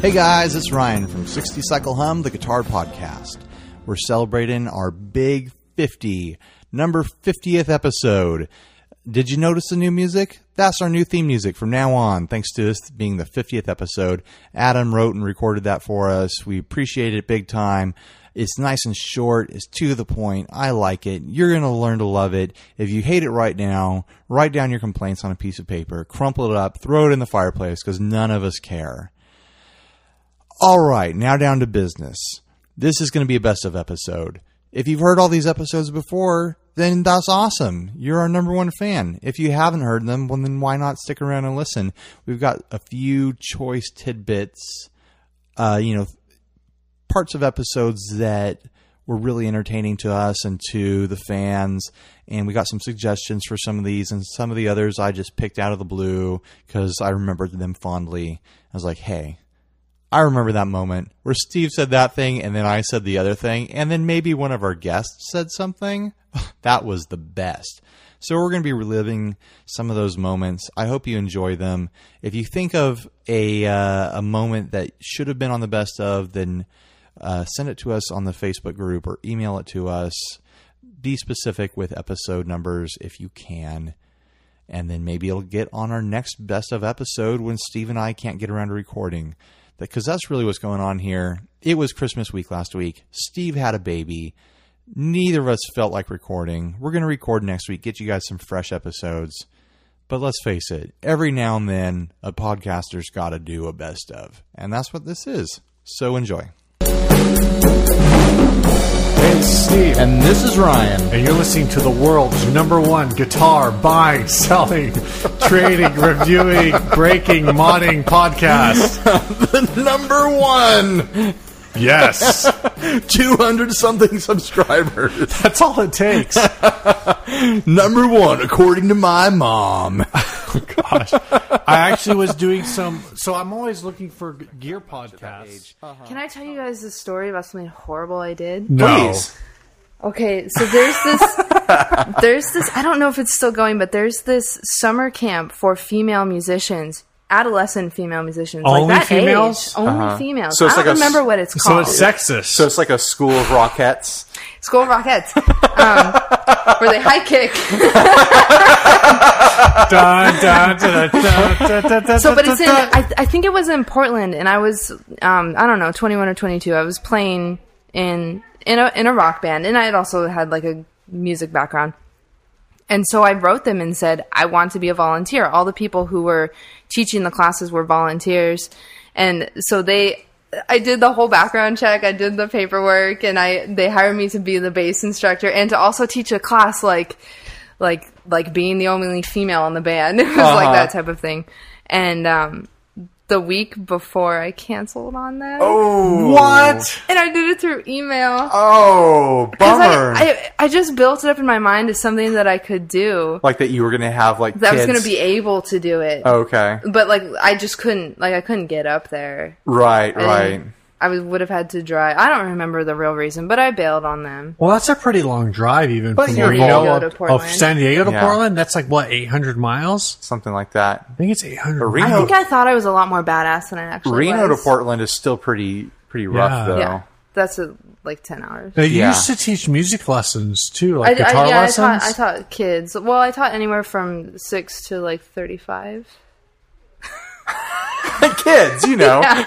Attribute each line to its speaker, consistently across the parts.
Speaker 1: Hey guys, it's Ryan from 60 Cycle Hum, the guitar podcast. We're celebrating our big 50, number 50th episode. Did you notice the new music? That's our new theme music from now on, thanks to this being the 50th episode. Adam wrote and recorded that for us. We appreciate it big time. It's nice and short, it's to the point. I like it. You're going to learn to love it. If you hate it right now, write down your complaints on a piece of paper, crumple it up, throw it in the fireplace because none of us care. All right, now down to business. This is going to be a best of episode. If you've heard all these episodes before, then that's awesome. You're our number one fan. If you haven't heard them, well, then why not stick around and listen? We've got a few choice tidbits, uh, you know, parts of episodes that were really entertaining to us and to the fans. And we got some suggestions for some of these, and some of the others I just picked out of the blue because I remembered them fondly. I was like, hey, I remember that moment where Steve said that thing and then I said the other thing, and then maybe one of our guests said something. that was the best. So, we're going to be reliving some of those moments. I hope you enjoy them. If you think of a, uh, a moment that should have been on the best of, then uh, send it to us on the Facebook group or email it to us. Be specific with episode numbers if you can and then maybe it'll get on our next best of episode when Steve and I can't get around to recording. Because that's really what's going on here. It was Christmas week last week. Steve had a baby. Neither of us felt like recording. We're going to record next week, get you guys some fresh episodes. But let's face it, every now and then a podcaster's got to do a best of. And that's what this is. So enjoy.
Speaker 2: It's Steve,
Speaker 1: And this is Ryan.
Speaker 2: and you're listening to the world's number one guitar buying, selling, trading, reviewing, breaking, modding podcast.
Speaker 3: number one,
Speaker 2: Yes,
Speaker 3: 200 something subscribers.
Speaker 2: that's all it takes.
Speaker 3: Number one, according to my mom.
Speaker 2: Gosh, I actually was doing some. So I'm always looking for g- gear podcasts.
Speaker 4: Can I tell you guys the story about something horrible I did?
Speaker 2: No,
Speaker 3: Please.
Speaker 4: Okay, so there's this there's this I don't know if it's still going, but there's this summer camp for female musicians. Adolescent female musicians,
Speaker 2: Only
Speaker 4: like that
Speaker 2: females?
Speaker 4: age, only females.
Speaker 5: Uh-huh. So it's
Speaker 4: I don't
Speaker 5: like a s-
Speaker 4: remember what it's
Speaker 2: so
Speaker 4: called.
Speaker 2: it's sexist.
Speaker 5: So it's like a school of rockettes.
Speaker 4: School of Rockets, um, where they high kick.
Speaker 2: Dun, dun, dun, dun, dun, dun, dun,
Speaker 4: So, but
Speaker 2: dun,
Speaker 4: it's in.
Speaker 2: dun.
Speaker 4: I, I think it was in Portland, and I was, um, I don't know, twenty one or twenty two. I was playing in in a in a rock band, and I had also had like a music background. And so I wrote them and said, I want to be a volunteer. All the people who were teaching the classes were volunteers, and so they. I did the whole background check. I did the paperwork, and I they hired me to be the bass instructor and to also teach a class like like like being the only female in the band. It was
Speaker 5: Uh-huh.
Speaker 4: like that type of thing. And um, the week before, I canceled on that,
Speaker 2: what?
Speaker 4: and I did it through email.
Speaker 5: Oh,
Speaker 4: 'Cause
Speaker 5: bummer.
Speaker 4: I, I I just built it up in my mind as something that I could do,
Speaker 5: like that you were going to have like
Speaker 4: that I was
Speaker 5: kids. Oh.
Speaker 4: going to be able to do it.
Speaker 5: Okay.
Speaker 4: But like I just couldn't, like I couldn't get up there.
Speaker 5: Right,
Speaker 4: And
Speaker 5: right.
Speaker 4: I would would have had to drive. I don't remember the real reason, but I bailed on them.
Speaker 2: Well, that's a pretty long drive, even
Speaker 5: But
Speaker 2: from
Speaker 5: you're
Speaker 2: where you know
Speaker 4: San Diego
Speaker 2: of,
Speaker 4: to Portland.
Speaker 2: of San Diego to
Speaker 5: Yeah.
Speaker 2: Portland. That's like what 800 miles.
Speaker 5: Something like that.
Speaker 2: I think it's 800.
Speaker 5: But
Speaker 2: miles.
Speaker 4: I
Speaker 5: Reno,
Speaker 4: think I thought I was a lot more badass than I actually
Speaker 5: Oh. Reno
Speaker 4: was.
Speaker 5: to Portland is still pretty pretty rough
Speaker 2: Yeah.
Speaker 5: though.
Speaker 4: Yeah, that's a, like ten hours.
Speaker 2: They
Speaker 5: Yeah.
Speaker 2: used to teach music lessons too,
Speaker 4: I,
Speaker 2: like
Speaker 4: I-
Speaker 2: guitar
Speaker 4: yeah, I
Speaker 2: lessons.
Speaker 4: taught, I taught kids. Well, I taught anywhere from six to like thirty-five.
Speaker 5: Kids, you know.
Speaker 2: and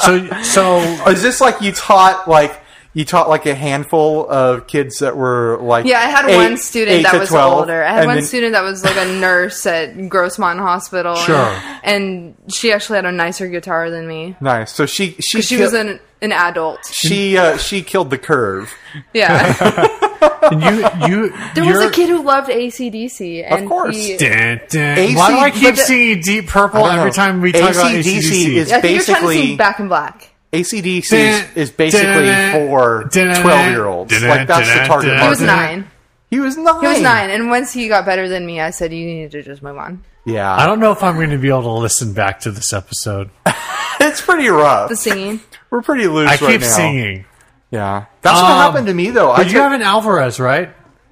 Speaker 2: so, so
Speaker 5: Is this like you taught like you taught like a handful of kids that were like
Speaker 4: Yeah, I had
Speaker 5: eight-
Speaker 4: one student
Speaker 5: eight
Speaker 4: that
Speaker 5: to
Speaker 4: was
Speaker 5: 12,
Speaker 4: older. I had
Speaker 5: and
Speaker 4: one
Speaker 5: then-
Speaker 4: student that was like a nurse at Grossmont Hospital. and-
Speaker 2: Sure.
Speaker 4: And, she actually had a nicer guitar than me.
Speaker 5: Nice. So she she
Speaker 4: 'Cause She was
Speaker 5: kill-
Speaker 4: an an adult.
Speaker 5: she uh, she killed the curve.
Speaker 4: Yeah.
Speaker 2: and you, you,
Speaker 4: there was
Speaker 2: you're,
Speaker 4: a kid who loved ACDC. And
Speaker 5: course.
Speaker 4: He,
Speaker 2: Dun, dun.
Speaker 5: AC
Speaker 2: Why do I keep
Speaker 4: but the-
Speaker 2: singing Deep
Speaker 5: I
Speaker 2: Purple
Speaker 5: don't know.
Speaker 2: every time we talk about
Speaker 5: AC/DC
Speaker 2: ACDC?
Speaker 5: is-
Speaker 4: I think you're trying to
Speaker 5: basically-
Speaker 4: sing Back in Black.
Speaker 5: ACDC
Speaker 2: Dun,
Speaker 5: is, is basically
Speaker 2: dun,
Speaker 5: for
Speaker 2: dun,
Speaker 5: 12 year olds.
Speaker 2: dun,
Speaker 5: Like, that's the
Speaker 2: dun,
Speaker 5: target
Speaker 2: dun.
Speaker 4: He was
Speaker 2: Yeah.
Speaker 5: market.
Speaker 4: nine.
Speaker 5: He was nine.
Speaker 4: He was nine. And once he got better than me, I said, you need to just move on.
Speaker 5: Yeah.
Speaker 2: I don't know if I'm going to be able to listen back to this episode.
Speaker 5: it's pretty rough.
Speaker 4: The singing.
Speaker 5: We're pretty loose
Speaker 2: I
Speaker 5: right
Speaker 2: keep
Speaker 5: now.
Speaker 2: singing.
Speaker 5: Yeah. That's
Speaker 2: Um,
Speaker 5: what happened to me, though. I
Speaker 2: But you
Speaker 5: took-
Speaker 2: have an Alvarez, right?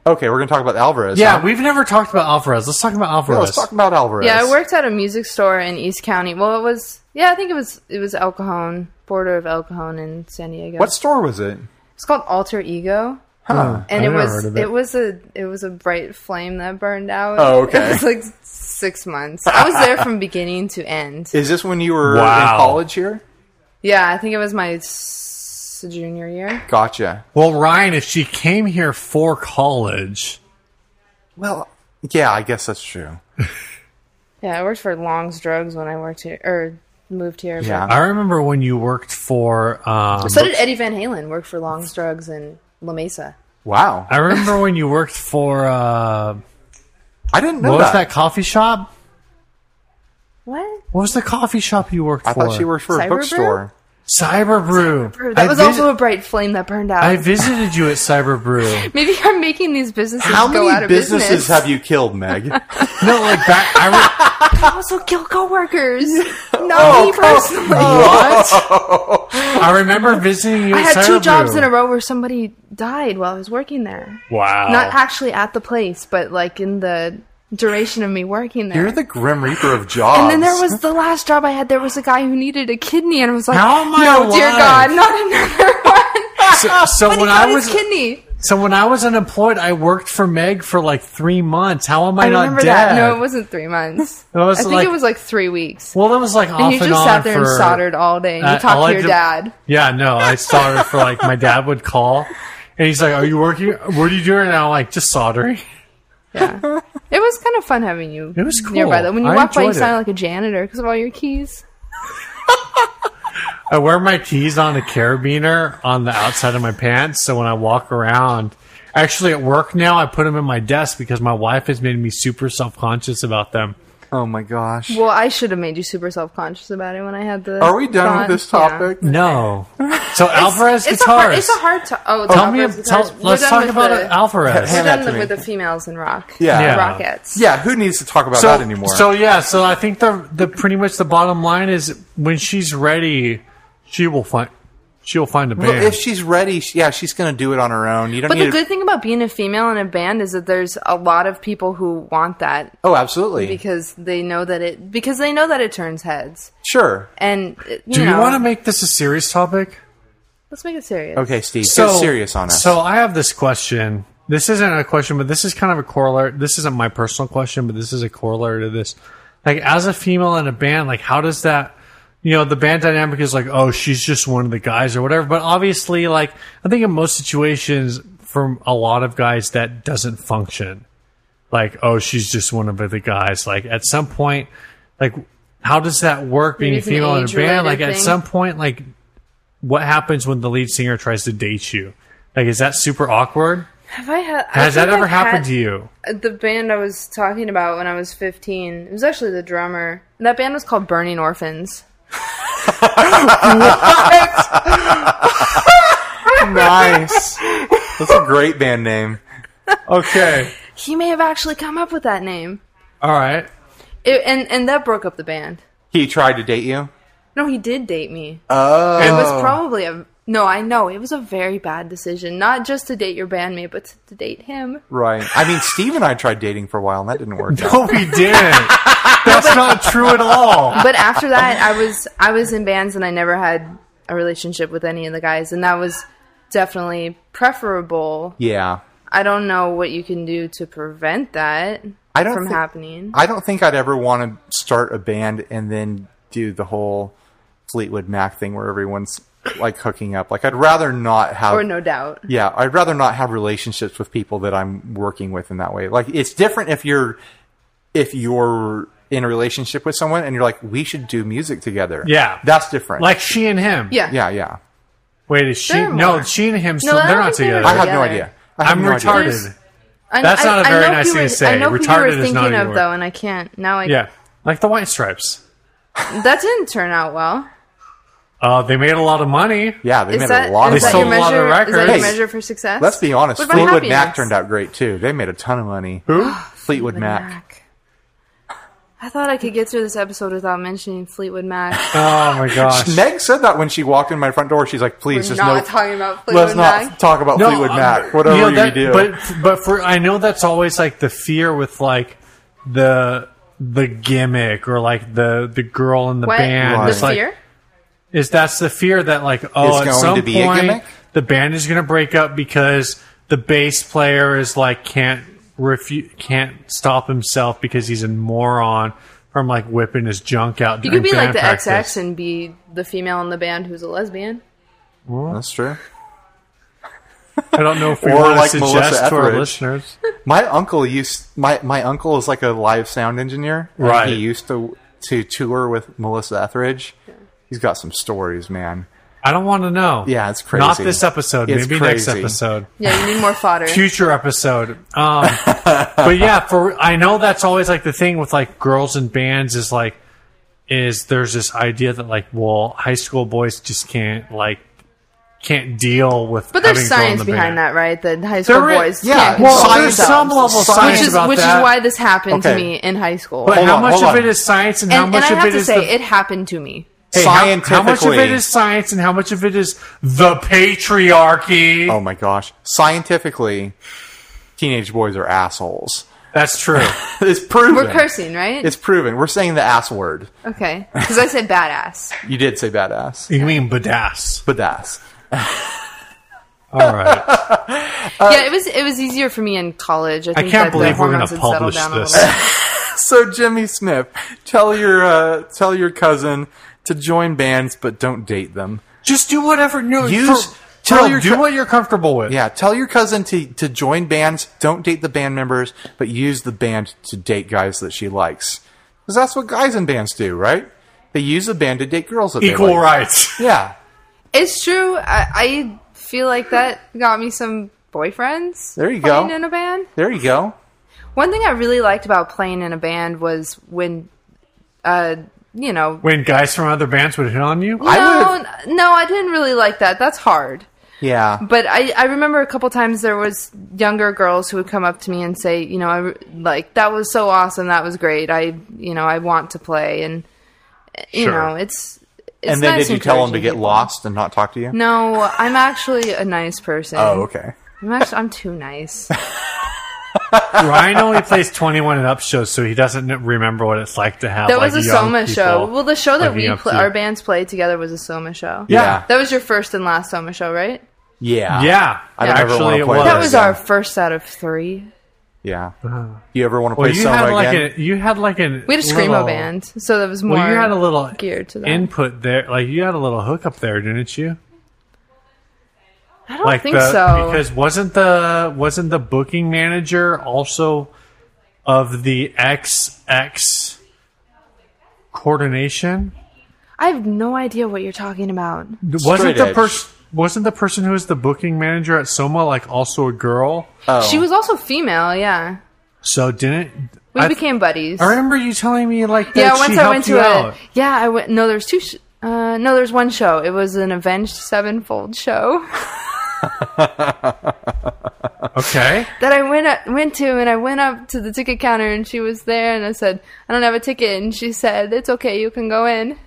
Speaker 1: Okay, we're going to talk about Alvarez.
Speaker 2: Yeah,
Speaker 1: huh?
Speaker 2: we've never talked about Alvarez. Let's talk about
Speaker 1: Yeah,
Speaker 2: Alvarez.
Speaker 1: let's talk about Alvarez.
Speaker 4: Yeah, I worked at a music store in East County. Well, it was yeah, I think it was it was El Cajon, border of El Cajon in San Diego.
Speaker 1: What store was it?
Speaker 4: It's called Alter Ego.
Speaker 1: Huh.
Speaker 4: And
Speaker 2: I've
Speaker 4: it
Speaker 2: Oh, never
Speaker 4: was
Speaker 2: heard
Speaker 4: it.
Speaker 2: of it.
Speaker 4: was a it was a bright flame that burned out.
Speaker 1: Oh, okay.
Speaker 4: It was like six months. I was there from beginning to end.
Speaker 1: Is this when you were
Speaker 2: Wow.
Speaker 1: in college here?
Speaker 4: Yeah, I think it was my s- junior year.
Speaker 1: Gotcha.
Speaker 2: well, Ryan, if she came here for college,
Speaker 1: Well, yeah, I guess that's true.
Speaker 4: Yeah, I worked for Long's Drugs when I worked here or moved here. but-
Speaker 1: Yeah.
Speaker 2: I remember when you worked for. Um,
Speaker 4: So did Eddie Van Halen work for Long's Drugs in La Mesa?
Speaker 1: Wow.
Speaker 2: I remember when you worked for. Uh,
Speaker 1: I didn't know
Speaker 2: what was
Speaker 1: that.
Speaker 2: that coffee shop?
Speaker 4: What?
Speaker 2: What was the coffee shop you worked
Speaker 1: I
Speaker 2: for?
Speaker 1: thought she worked for a
Speaker 4: Cyber
Speaker 1: bookstore.
Speaker 2: Cyber Brew.
Speaker 4: That
Speaker 2: I
Speaker 4: was
Speaker 2: visi-
Speaker 4: also a bright flame that burned out.
Speaker 2: I visited you at Cyber Brew.
Speaker 4: Maybe I'm making these businesses
Speaker 1: How
Speaker 4: go out
Speaker 1: many
Speaker 4: of
Speaker 1: businesses
Speaker 4: business.
Speaker 1: have you killed, Meg?
Speaker 2: No, like back. I re-
Speaker 4: I also kill coworkers.
Speaker 1: Oh,
Speaker 4: Not me personally.
Speaker 2: What? I remember visiting you.
Speaker 4: I
Speaker 2: at
Speaker 4: had two
Speaker 2: Cyberbrew.
Speaker 4: jobs in a row where somebody died while I was working there.
Speaker 2: Wow.
Speaker 1: Oh.
Speaker 4: Not actually at the place, but like in the duration of me working there.
Speaker 1: You're the Grim Reaper of jobs.
Speaker 4: and then there was the last job I had. There was a guy who needed a kidney, and I was like,
Speaker 2: How am I
Speaker 4: "No, dear
Speaker 2: alive?"
Speaker 4: God, not another one."
Speaker 2: so, so
Speaker 4: but
Speaker 2: when
Speaker 4: he got
Speaker 2: I was
Speaker 4: his kidney,
Speaker 2: so when I was unemployed, I worked for Meg for like three months. How am I,
Speaker 4: I
Speaker 2: not
Speaker 4: remember
Speaker 2: dead?
Speaker 4: that. No, it wasn't three months.
Speaker 2: It was
Speaker 4: I think
Speaker 2: like-
Speaker 4: it was like three weeks.
Speaker 2: well, that was like off
Speaker 4: and you just
Speaker 2: on
Speaker 4: sat there and
Speaker 2: for-
Speaker 4: soldered all day, and
Speaker 2: uh,
Speaker 4: you talked
Speaker 2: all I
Speaker 4: to your
Speaker 2: did-
Speaker 4: dad.
Speaker 2: Yeah, no, I soldered for like my dad would call, and he's like, "Are you working? What are you doing?" And I'm like, "Just soldering."
Speaker 4: Yeah. it was kind of fun having you.
Speaker 2: It was
Speaker 4: nearby
Speaker 2: cool.
Speaker 4: though. When you
Speaker 2: I
Speaker 4: walk by, you
Speaker 2: enjoyed it.
Speaker 4: sound like a janitor because of all your keys.
Speaker 2: I wear my keys on a carabiner on the outside of my pants, so when I walk around, actually at work now, I put them in my desk because my wife has made me super self conscious about them.
Speaker 1: Oh my gosh.
Speaker 4: Well, I should have made you super self conscious about it when I had the.
Speaker 1: Are we done with
Speaker 4: thought.
Speaker 1: this
Speaker 4: Yeah.
Speaker 1: topic?
Speaker 2: No, so Alvarez
Speaker 4: It's a hard.
Speaker 2: guitars.
Speaker 4: It's a hard. To- oh,
Speaker 2: Tell me, tell, let's talk about
Speaker 4: the,
Speaker 2: Alvarez.
Speaker 4: We're
Speaker 1: Hand that
Speaker 4: done
Speaker 1: to
Speaker 4: with
Speaker 1: me.
Speaker 4: the females in rock.
Speaker 1: Yeah.
Speaker 2: Yeah.
Speaker 4: Rockets.
Speaker 1: Yeah, who needs to talk about
Speaker 2: so,
Speaker 1: that anymore?
Speaker 2: So yeah, so I think the the pretty much the bottom line is when she's ready, she will find she will find a band.
Speaker 1: Well, if she's ready, she- yeah, she's going to do it on her own. You don't
Speaker 4: But
Speaker 1: need
Speaker 4: the
Speaker 1: to-
Speaker 4: good thing about being a female in a band is that there's a lot of people who want that
Speaker 1: Oh, absolutely.
Speaker 4: because they know that it because they know that it turns heads.
Speaker 1: sure.
Speaker 4: And uh, you
Speaker 2: Do you
Speaker 4: know,
Speaker 2: want to make this a serious topic?
Speaker 4: let's make it serious.
Speaker 1: Okay, Steve, get serious on us.
Speaker 2: So I have this question. This isn't a question, but this is kind of a corollary. This isn't my personal question, but this is a corollary to this. Like, as a female in a band, like, how does that, you know, the band dynamic is like, oh, she's just one of the guys or whatever. But obviously, like, I think in most situations, from a lot of guys, that doesn't function. Like, oh, she's just one of the guys. Like, at some point, like, how does that work being
Speaker 4: Maybe
Speaker 2: a
Speaker 4: it's an
Speaker 2: female in a
Speaker 4: age-related
Speaker 2: band? Like, at
Speaker 4: thing.
Speaker 2: some point, like, what happens when the lead singer tries to date you? Like, is that super awkward?
Speaker 4: Have I had?
Speaker 2: Has that ever happened to you?
Speaker 4: The band I was talking about when I was 15. It was actually the drummer. That band was called Burning Orphans.
Speaker 1: nice. That's a great band name.
Speaker 2: Okay.
Speaker 4: He may have actually come up with that name.
Speaker 2: All right.
Speaker 4: It, and and that broke up the band.
Speaker 1: He tried to date you.
Speaker 4: No, he did date me.
Speaker 1: Oh,
Speaker 4: It was probably a no. I know it was a very bad decision, not just to date your bandmate, but to, to date him.
Speaker 1: right. I mean, Steve and I tried dating for a while, and that didn't work. out.
Speaker 2: No, we didn't. That's not true at all.
Speaker 4: But after that, I was I was in bands and I never had a relationship with any of the guys, and that was definitely preferable.
Speaker 1: Yeah,
Speaker 4: I don't know what you can do to prevent that
Speaker 1: I don't
Speaker 4: from
Speaker 1: thi-
Speaker 4: happening.
Speaker 1: I don't think I'd ever want to start a band and then do the whole Fleetwood Mac thing where everyone's like hooking up. Like, I'd rather not have.
Speaker 4: or no doubt.
Speaker 1: Yeah, I'd rather not have relationships with people that I'm working with in that way. Like it's different if you're if you're in a relationship with someone and you're like, we should do music together.
Speaker 2: Yeah.
Speaker 1: That's different.
Speaker 2: Like she and him.
Speaker 4: Yeah.
Speaker 1: Yeah, yeah.
Speaker 2: Wait, is she?
Speaker 4: They're
Speaker 2: No,
Speaker 4: more.
Speaker 2: she and him. Still,
Speaker 4: I don't
Speaker 2: they're not
Speaker 4: think they're-
Speaker 2: together.
Speaker 1: I have no
Speaker 4: Together.
Speaker 1: idea. I have
Speaker 2: I'm
Speaker 1: no idea.
Speaker 2: retarded.
Speaker 4: There's- I-
Speaker 2: That's
Speaker 4: I-
Speaker 2: not a
Speaker 4: I
Speaker 2: very
Speaker 4: know
Speaker 2: nice
Speaker 4: who
Speaker 2: thing
Speaker 4: you-
Speaker 2: to say.
Speaker 4: I know who you
Speaker 2: Retarded
Speaker 4: were
Speaker 2: is not
Speaker 4: thinking
Speaker 2: a good
Speaker 4: of
Speaker 2: word.
Speaker 4: though, and I can't now. I,
Speaker 2: Yeah. Like the White Stripes.
Speaker 4: that didn't turn out well.
Speaker 2: Uh, they made a lot of money.
Speaker 1: Yeah, they
Speaker 4: Is
Speaker 1: made
Speaker 4: that,
Speaker 1: a lot
Speaker 4: is
Speaker 1: of
Speaker 4: that
Speaker 1: money.
Speaker 2: They sold
Speaker 4: your
Speaker 2: a lot
Speaker 4: measure?
Speaker 2: of
Speaker 4: Is that your
Speaker 1: records.
Speaker 4: measure for success?
Speaker 1: Let's be honest,
Speaker 4: What about
Speaker 1: Fleetwood
Speaker 4: happiness?
Speaker 1: Mac turned out great too. They made a ton of money.
Speaker 2: Who?
Speaker 1: Fleetwood Mac.
Speaker 4: I thought I could get through this episode without mentioning Fleetwood Mac.
Speaker 2: Oh my gosh.
Speaker 1: Meg said that when she walked in my front door. She's like, please,
Speaker 4: We're
Speaker 1: just
Speaker 4: not
Speaker 1: no,
Speaker 4: talking about
Speaker 1: let's
Speaker 4: Fleetwood Mac.
Speaker 1: not talk about Fleetwood
Speaker 2: uh,
Speaker 1: Mac. Whatever
Speaker 2: you,
Speaker 1: you,
Speaker 2: know, that-
Speaker 1: do.
Speaker 2: But but for I know that's always like the fear with like the the gimmick or like the the girl in the
Speaker 4: What?
Speaker 2: band.
Speaker 1: Right.
Speaker 4: The
Speaker 2: It's like-
Speaker 4: fear?
Speaker 2: is that's the fear that like oh
Speaker 1: It's
Speaker 2: at
Speaker 1: going
Speaker 2: some
Speaker 1: to be a
Speaker 2: point
Speaker 1: gimmick?
Speaker 2: the band is going to break up because the bass player is like can't refu- can't stop himself because he's a moron from like whipping his junk out.
Speaker 4: You could be like the XX and be the female in the band who's a lesbian.
Speaker 1: That's true.
Speaker 2: I don't know if we
Speaker 1: Or
Speaker 2: want
Speaker 1: like
Speaker 2: to
Speaker 1: Melissa
Speaker 2: suggest to our
Speaker 1: Etheridge.
Speaker 2: listeners.
Speaker 1: My uncle used my my uncle is like a live sound engineer. and
Speaker 2: Right.
Speaker 1: He used to to tour with Melissa Etheridge. He's got some stories, man.
Speaker 2: I don't want to know.
Speaker 1: Yeah, it's
Speaker 2: Not
Speaker 1: crazy.
Speaker 2: this episode.
Speaker 1: It's
Speaker 2: maybe next
Speaker 1: crazy.
Speaker 2: episode.
Speaker 4: Yeah, you need more fodder.
Speaker 2: future episode. Um, but yeah, for I know that's always like the thing with like girls and bands is like is there's this idea that like well high school boys just can't like can't deal with.
Speaker 4: But
Speaker 2: having a
Speaker 4: there's
Speaker 2: girl in
Speaker 4: science
Speaker 2: the
Speaker 4: behind
Speaker 2: band.
Speaker 4: that, right? That high school
Speaker 2: There is-
Speaker 4: boys
Speaker 1: yeah,
Speaker 4: can't
Speaker 1: well,
Speaker 4: control
Speaker 2: there's some
Speaker 4: themselves.
Speaker 2: level of
Speaker 1: Science
Speaker 4: which is
Speaker 2: about
Speaker 4: which is
Speaker 2: that.
Speaker 4: why this happened
Speaker 1: Okay.
Speaker 4: to me in high school.
Speaker 2: But
Speaker 1: Hold
Speaker 2: how
Speaker 1: on,
Speaker 2: much
Speaker 1: hold
Speaker 2: of
Speaker 1: on.
Speaker 2: it is science and, how
Speaker 4: and,
Speaker 2: much
Speaker 4: and I
Speaker 2: of
Speaker 4: have
Speaker 2: it
Speaker 4: to
Speaker 2: is
Speaker 4: say,
Speaker 2: the,
Speaker 4: it happened to me.
Speaker 2: hey, how, how much of it
Speaker 1: Scientifically-
Speaker 2: is science and how much of it is the patriarchy?
Speaker 1: Oh my gosh. Scientifically, teenage boys are assholes.
Speaker 2: That's true.
Speaker 1: It's proven.
Speaker 4: We're cursing, right?
Speaker 1: It's proven. We're saying the ass word.
Speaker 4: okay, because I said badass.
Speaker 1: You did say badass.
Speaker 2: you mean badass?
Speaker 1: Badass.
Speaker 2: All right. Uh,
Speaker 4: yeah, it was it was easier for me in college. I, think
Speaker 2: can't
Speaker 4: that the
Speaker 2: believe we're gonna
Speaker 4: hormones had settled
Speaker 2: publish
Speaker 4: down a
Speaker 2: this.
Speaker 4: little bit.
Speaker 1: So Jimmy Smith, tell your uh, tell your cousin to join bands but don't date them.
Speaker 2: Just do whatever. No,
Speaker 1: Use-
Speaker 2: for-
Speaker 1: tell
Speaker 2: no,
Speaker 1: your
Speaker 2: do
Speaker 1: cou-
Speaker 2: what you're comfortable with.
Speaker 1: Yeah, tell your cousin to, to join bands. Don't date the band members, but use the band to date guys that she likes. Because that's what guys in bands do, right? They use the band to date girls that they
Speaker 2: Equal
Speaker 1: like.
Speaker 2: rights.
Speaker 1: Yeah.
Speaker 4: It's true. I, I feel like that got me some boyfriends.
Speaker 1: There you
Speaker 4: playing
Speaker 1: go.
Speaker 4: In a band.
Speaker 1: There you go.
Speaker 4: One thing I really liked about playing in a band was when, uh, you know,
Speaker 2: when guys from other bands would hit on you.
Speaker 1: I
Speaker 4: no, no, I didn't really like that. That's hard.
Speaker 1: Yeah.
Speaker 4: But I, I remember a couple times there was younger girls who would come up to me and say, you know, I, re- like that was so awesome, that was great. I, you know, I want to play, and you
Speaker 2: Sure.
Speaker 4: know, it's. it's
Speaker 1: And then
Speaker 4: nice
Speaker 1: did you tell them to
Speaker 4: encouraging
Speaker 1: get
Speaker 4: people.
Speaker 1: lost and not talk to you?
Speaker 4: No, I'm actually a nice person.
Speaker 1: Oh, okay.
Speaker 4: I'm actually I'm too nice.
Speaker 2: Ryan only plays 21 and up shows, so he doesn't remember what it's like to have.
Speaker 4: That
Speaker 2: like,
Speaker 4: was a
Speaker 2: young
Speaker 4: Soma
Speaker 2: people
Speaker 4: show. Well, the show that
Speaker 2: looking
Speaker 4: we
Speaker 2: up
Speaker 4: pla
Speaker 2: to you.
Speaker 4: our bands played together was a Soma show.
Speaker 1: Yeah.
Speaker 4: That was your first and last Soma show, right?
Speaker 1: Yeah.
Speaker 2: yeah,
Speaker 1: I don't ever wanna
Speaker 2: actually, it
Speaker 1: play
Speaker 2: was.
Speaker 1: That
Speaker 4: That was
Speaker 1: Oh, yeah.
Speaker 4: our first out of three.
Speaker 1: Yeah. You ever want to play
Speaker 2: Uh-huh. Well, you
Speaker 1: Soma
Speaker 2: had like
Speaker 1: again?
Speaker 2: a you had like an
Speaker 4: We had a screamo
Speaker 2: little-
Speaker 4: band, so that was more.
Speaker 2: Well, you had a little
Speaker 4: geared to that.
Speaker 2: input there. Like you had a little hookup there, didn't you?
Speaker 4: I don't
Speaker 2: like
Speaker 4: think
Speaker 2: the,
Speaker 4: so.
Speaker 2: because wasn't the wasn't the booking manager also of the XX coordination?
Speaker 4: I have no idea what you're talking about.
Speaker 2: wasn't
Speaker 1: Straight
Speaker 2: the
Speaker 1: edge.
Speaker 2: person wasn't the person who was the booking manager at Soma like also a girl?
Speaker 4: She was also female, yeah.
Speaker 2: So didn't
Speaker 4: We
Speaker 2: I-
Speaker 4: became buddies.
Speaker 2: I remember you telling me like that
Speaker 4: yeah,
Speaker 2: she
Speaker 4: once I
Speaker 2: helped
Speaker 4: went to
Speaker 2: you
Speaker 4: a
Speaker 2: out.
Speaker 4: yeah, I went. No, there's two. Sh- uh, no, there's one show. It was an Avenged Sevenfold show
Speaker 2: Okay,
Speaker 4: that I went up, went to, and I went up to the ticket counter, and she was there, and I said, "I don't have a ticket," and she said, "It's okay, you can go in."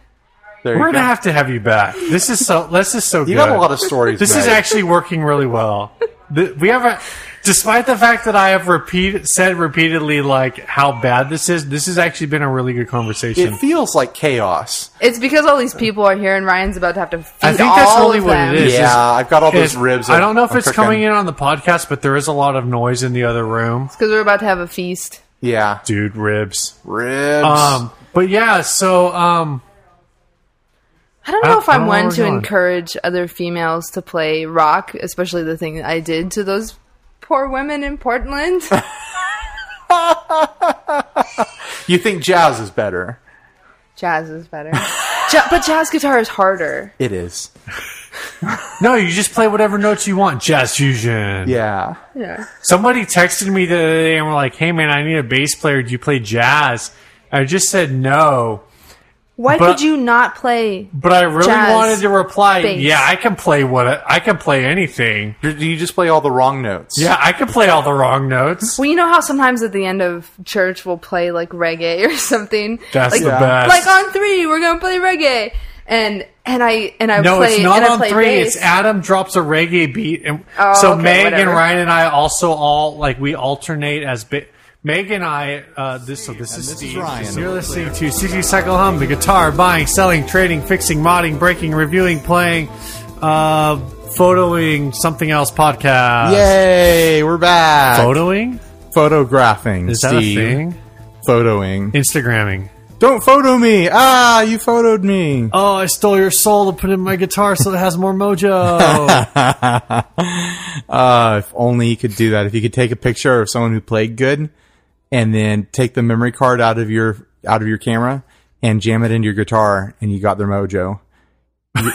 Speaker 1: there
Speaker 2: we're
Speaker 1: you go.
Speaker 2: gonna have to have you back. This is so. This is so.
Speaker 1: you
Speaker 2: good.
Speaker 1: got a lot of stories.
Speaker 2: This is
Speaker 1: Meg.
Speaker 2: actually working really well. The- we have a, despite the fact that I have repeat said repeatedly like how bad this is. This has actually been a really good conversation.
Speaker 1: It feels like chaos.
Speaker 4: It's because all these people are here, and Ryan's about to have to feed
Speaker 2: I think that's
Speaker 4: all
Speaker 2: really
Speaker 4: of
Speaker 2: what
Speaker 4: them.
Speaker 2: it is. This
Speaker 1: yeah, I've got all those
Speaker 2: It's-
Speaker 1: ribs.
Speaker 2: I don't know if
Speaker 1: I'm
Speaker 2: it's
Speaker 1: cooking.
Speaker 2: coming in on the podcast, but there is a lot of noise in the other room.
Speaker 4: because we're about to have a feast.
Speaker 1: Yeah,
Speaker 2: Dude, ribs.
Speaker 1: ribs.
Speaker 2: Um, but yeah, so um,
Speaker 4: I don't
Speaker 2: I
Speaker 4: know
Speaker 2: don't-
Speaker 4: if
Speaker 2: I
Speaker 4: I'm
Speaker 2: don't know
Speaker 4: one
Speaker 2: where
Speaker 4: to
Speaker 2: we're going.
Speaker 4: encourage other females to play rock, especially the thing that I did to those poor women in Portland.
Speaker 1: you think jazz is better?
Speaker 4: jazz is better, ja- but jazz guitar is harder.
Speaker 1: It is.
Speaker 2: no, you just play whatever notes you want. Jazz fusion.
Speaker 1: Yeah.
Speaker 4: Yeah,
Speaker 2: Somebody texted me the other day and were like, "Hey man, I need a bass player. Do you play jazz?" I just said no,
Speaker 4: Why
Speaker 2: But-
Speaker 4: could you not play?
Speaker 2: But I really
Speaker 4: Jazz,
Speaker 2: wanted to reply,
Speaker 4: bass.
Speaker 2: yeah, I can play what I, I can play anything.
Speaker 1: You're, you just play all the wrong notes.
Speaker 2: Yeah, I can play all the wrong notes.
Speaker 4: Well, you know how sometimes at the end of church we'll play like reggae or something.
Speaker 2: That's
Speaker 4: like,
Speaker 2: the best.
Speaker 4: Like on three, we're gonna play reggae, and and I and I
Speaker 2: no,
Speaker 4: play
Speaker 2: it's not
Speaker 4: and I
Speaker 2: on
Speaker 4: play
Speaker 2: three.
Speaker 4: bass.
Speaker 2: It's Adam drops a reggae beat, and
Speaker 4: Oh,
Speaker 2: so
Speaker 4: okay,
Speaker 2: Meg and
Speaker 4: whatever.
Speaker 2: Ryan and I also all like we alternate as bit. Meg and I, uh, this so this is Steve.
Speaker 3: Ryan.
Speaker 2: You're listening to CC Cycle Hum, the guitar buying, selling, trading, fixing, modding, breaking, reviewing, playing, uh, photoing something else podcast.
Speaker 3: Yay, we're back.
Speaker 2: Photoing
Speaker 1: Photographing.
Speaker 2: is that
Speaker 1: Steve.
Speaker 2: a thing?
Speaker 1: Photoing.
Speaker 2: Instagramming.
Speaker 1: Don't photo me. Ah, you photoed me.
Speaker 2: Oh, I stole your soul to put in my guitar so it has more mojo.
Speaker 1: Uh, if only you could do that. If you could take a picture of someone who played good and then take the memory card out of your out of your camera and jam it into your guitar and you got their mojo. You-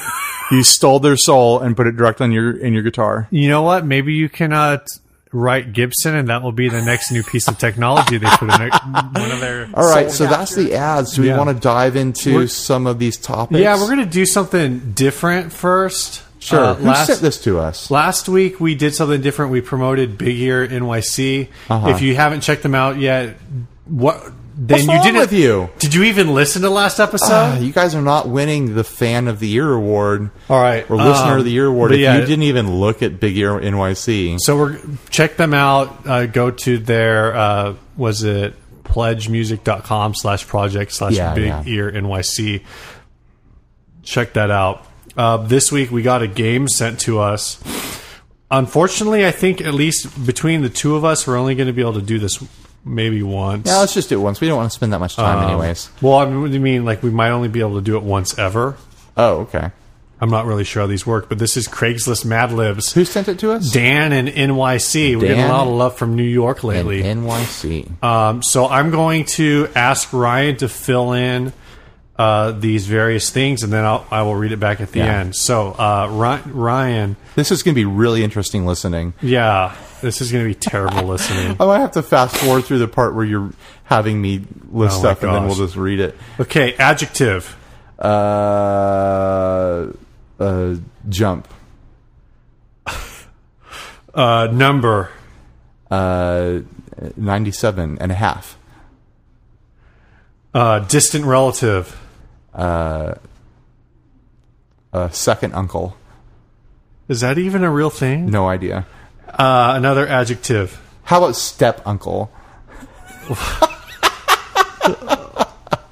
Speaker 1: you stole their soul and put it directly in your in your guitar.
Speaker 2: you know what? Maybe you can uh, t- write Gibson, and that will be the next new piece of technology they put in their, one of their.
Speaker 1: All right, so that's the ads. Do we
Speaker 2: Yeah.
Speaker 1: want to dive into some of these topics?
Speaker 2: Yeah, we're gonna do something different first.
Speaker 1: sure.
Speaker 2: Uh,
Speaker 1: who sent
Speaker 2: last
Speaker 1: this to us?
Speaker 2: last week we did something different. We promoted Big Ear NYC. If you haven't checked them out yet, what then
Speaker 1: Uh-huh. What's
Speaker 2: you
Speaker 1: wrong
Speaker 2: didn't
Speaker 1: with you?
Speaker 2: Did you even listen to last episode?
Speaker 1: Uh, you guys are not winning the Fan of the Year award
Speaker 2: All right,
Speaker 1: or Listener
Speaker 2: um,
Speaker 1: of the Year award
Speaker 2: but
Speaker 1: if
Speaker 2: yeah.
Speaker 1: you didn't even look at Big Ear NYC.
Speaker 2: So we're check them out. Uh, go to their uh, was it pledgemusic.com slash project slash
Speaker 1: Yeah,
Speaker 2: big
Speaker 1: yeah.
Speaker 2: ear NYC. Check that out. Uh, this week we got a game sent to us. Unfortunately, I think at least between the two of us, we're only going to be able to do this maybe once.
Speaker 1: Yeah, let's just do it once. We don't want to spend that much time,
Speaker 2: Um,
Speaker 1: anyways.
Speaker 2: Well, I mean, what do you mean like we might only be able to do it once ever.
Speaker 1: Oh, okay.
Speaker 2: I'm not really sure how these work, but this is Craigslist Mad Libs.
Speaker 1: Who sent it to us?
Speaker 2: Dan and NYC. We're getting
Speaker 1: Dan
Speaker 2: a lot of love from New York lately.
Speaker 1: NYC.
Speaker 2: Um, so I'm going to ask Ryan to fill in uh, these various things, and then I'll, I will read it back at the
Speaker 1: Yeah.
Speaker 2: end. So uh, Ry- Ryan,
Speaker 1: This is going to be really interesting listening. Oh,
Speaker 2: yeah, this is going to be terrible listening.
Speaker 1: I might have to fast forward through the part where you're having me list
Speaker 2: Oh my
Speaker 1: stuff, and then
Speaker 2: gosh.
Speaker 1: we'll just read it.
Speaker 2: Okay, adjective,
Speaker 1: Uh, uh, jump.
Speaker 2: uh, number,
Speaker 1: Uh, 97 and a half.
Speaker 2: uh, distant relative,
Speaker 1: Uh, second uncle.
Speaker 2: is that even a real thing?
Speaker 1: No idea.
Speaker 2: Uh, another adjective,
Speaker 1: How about step uncle?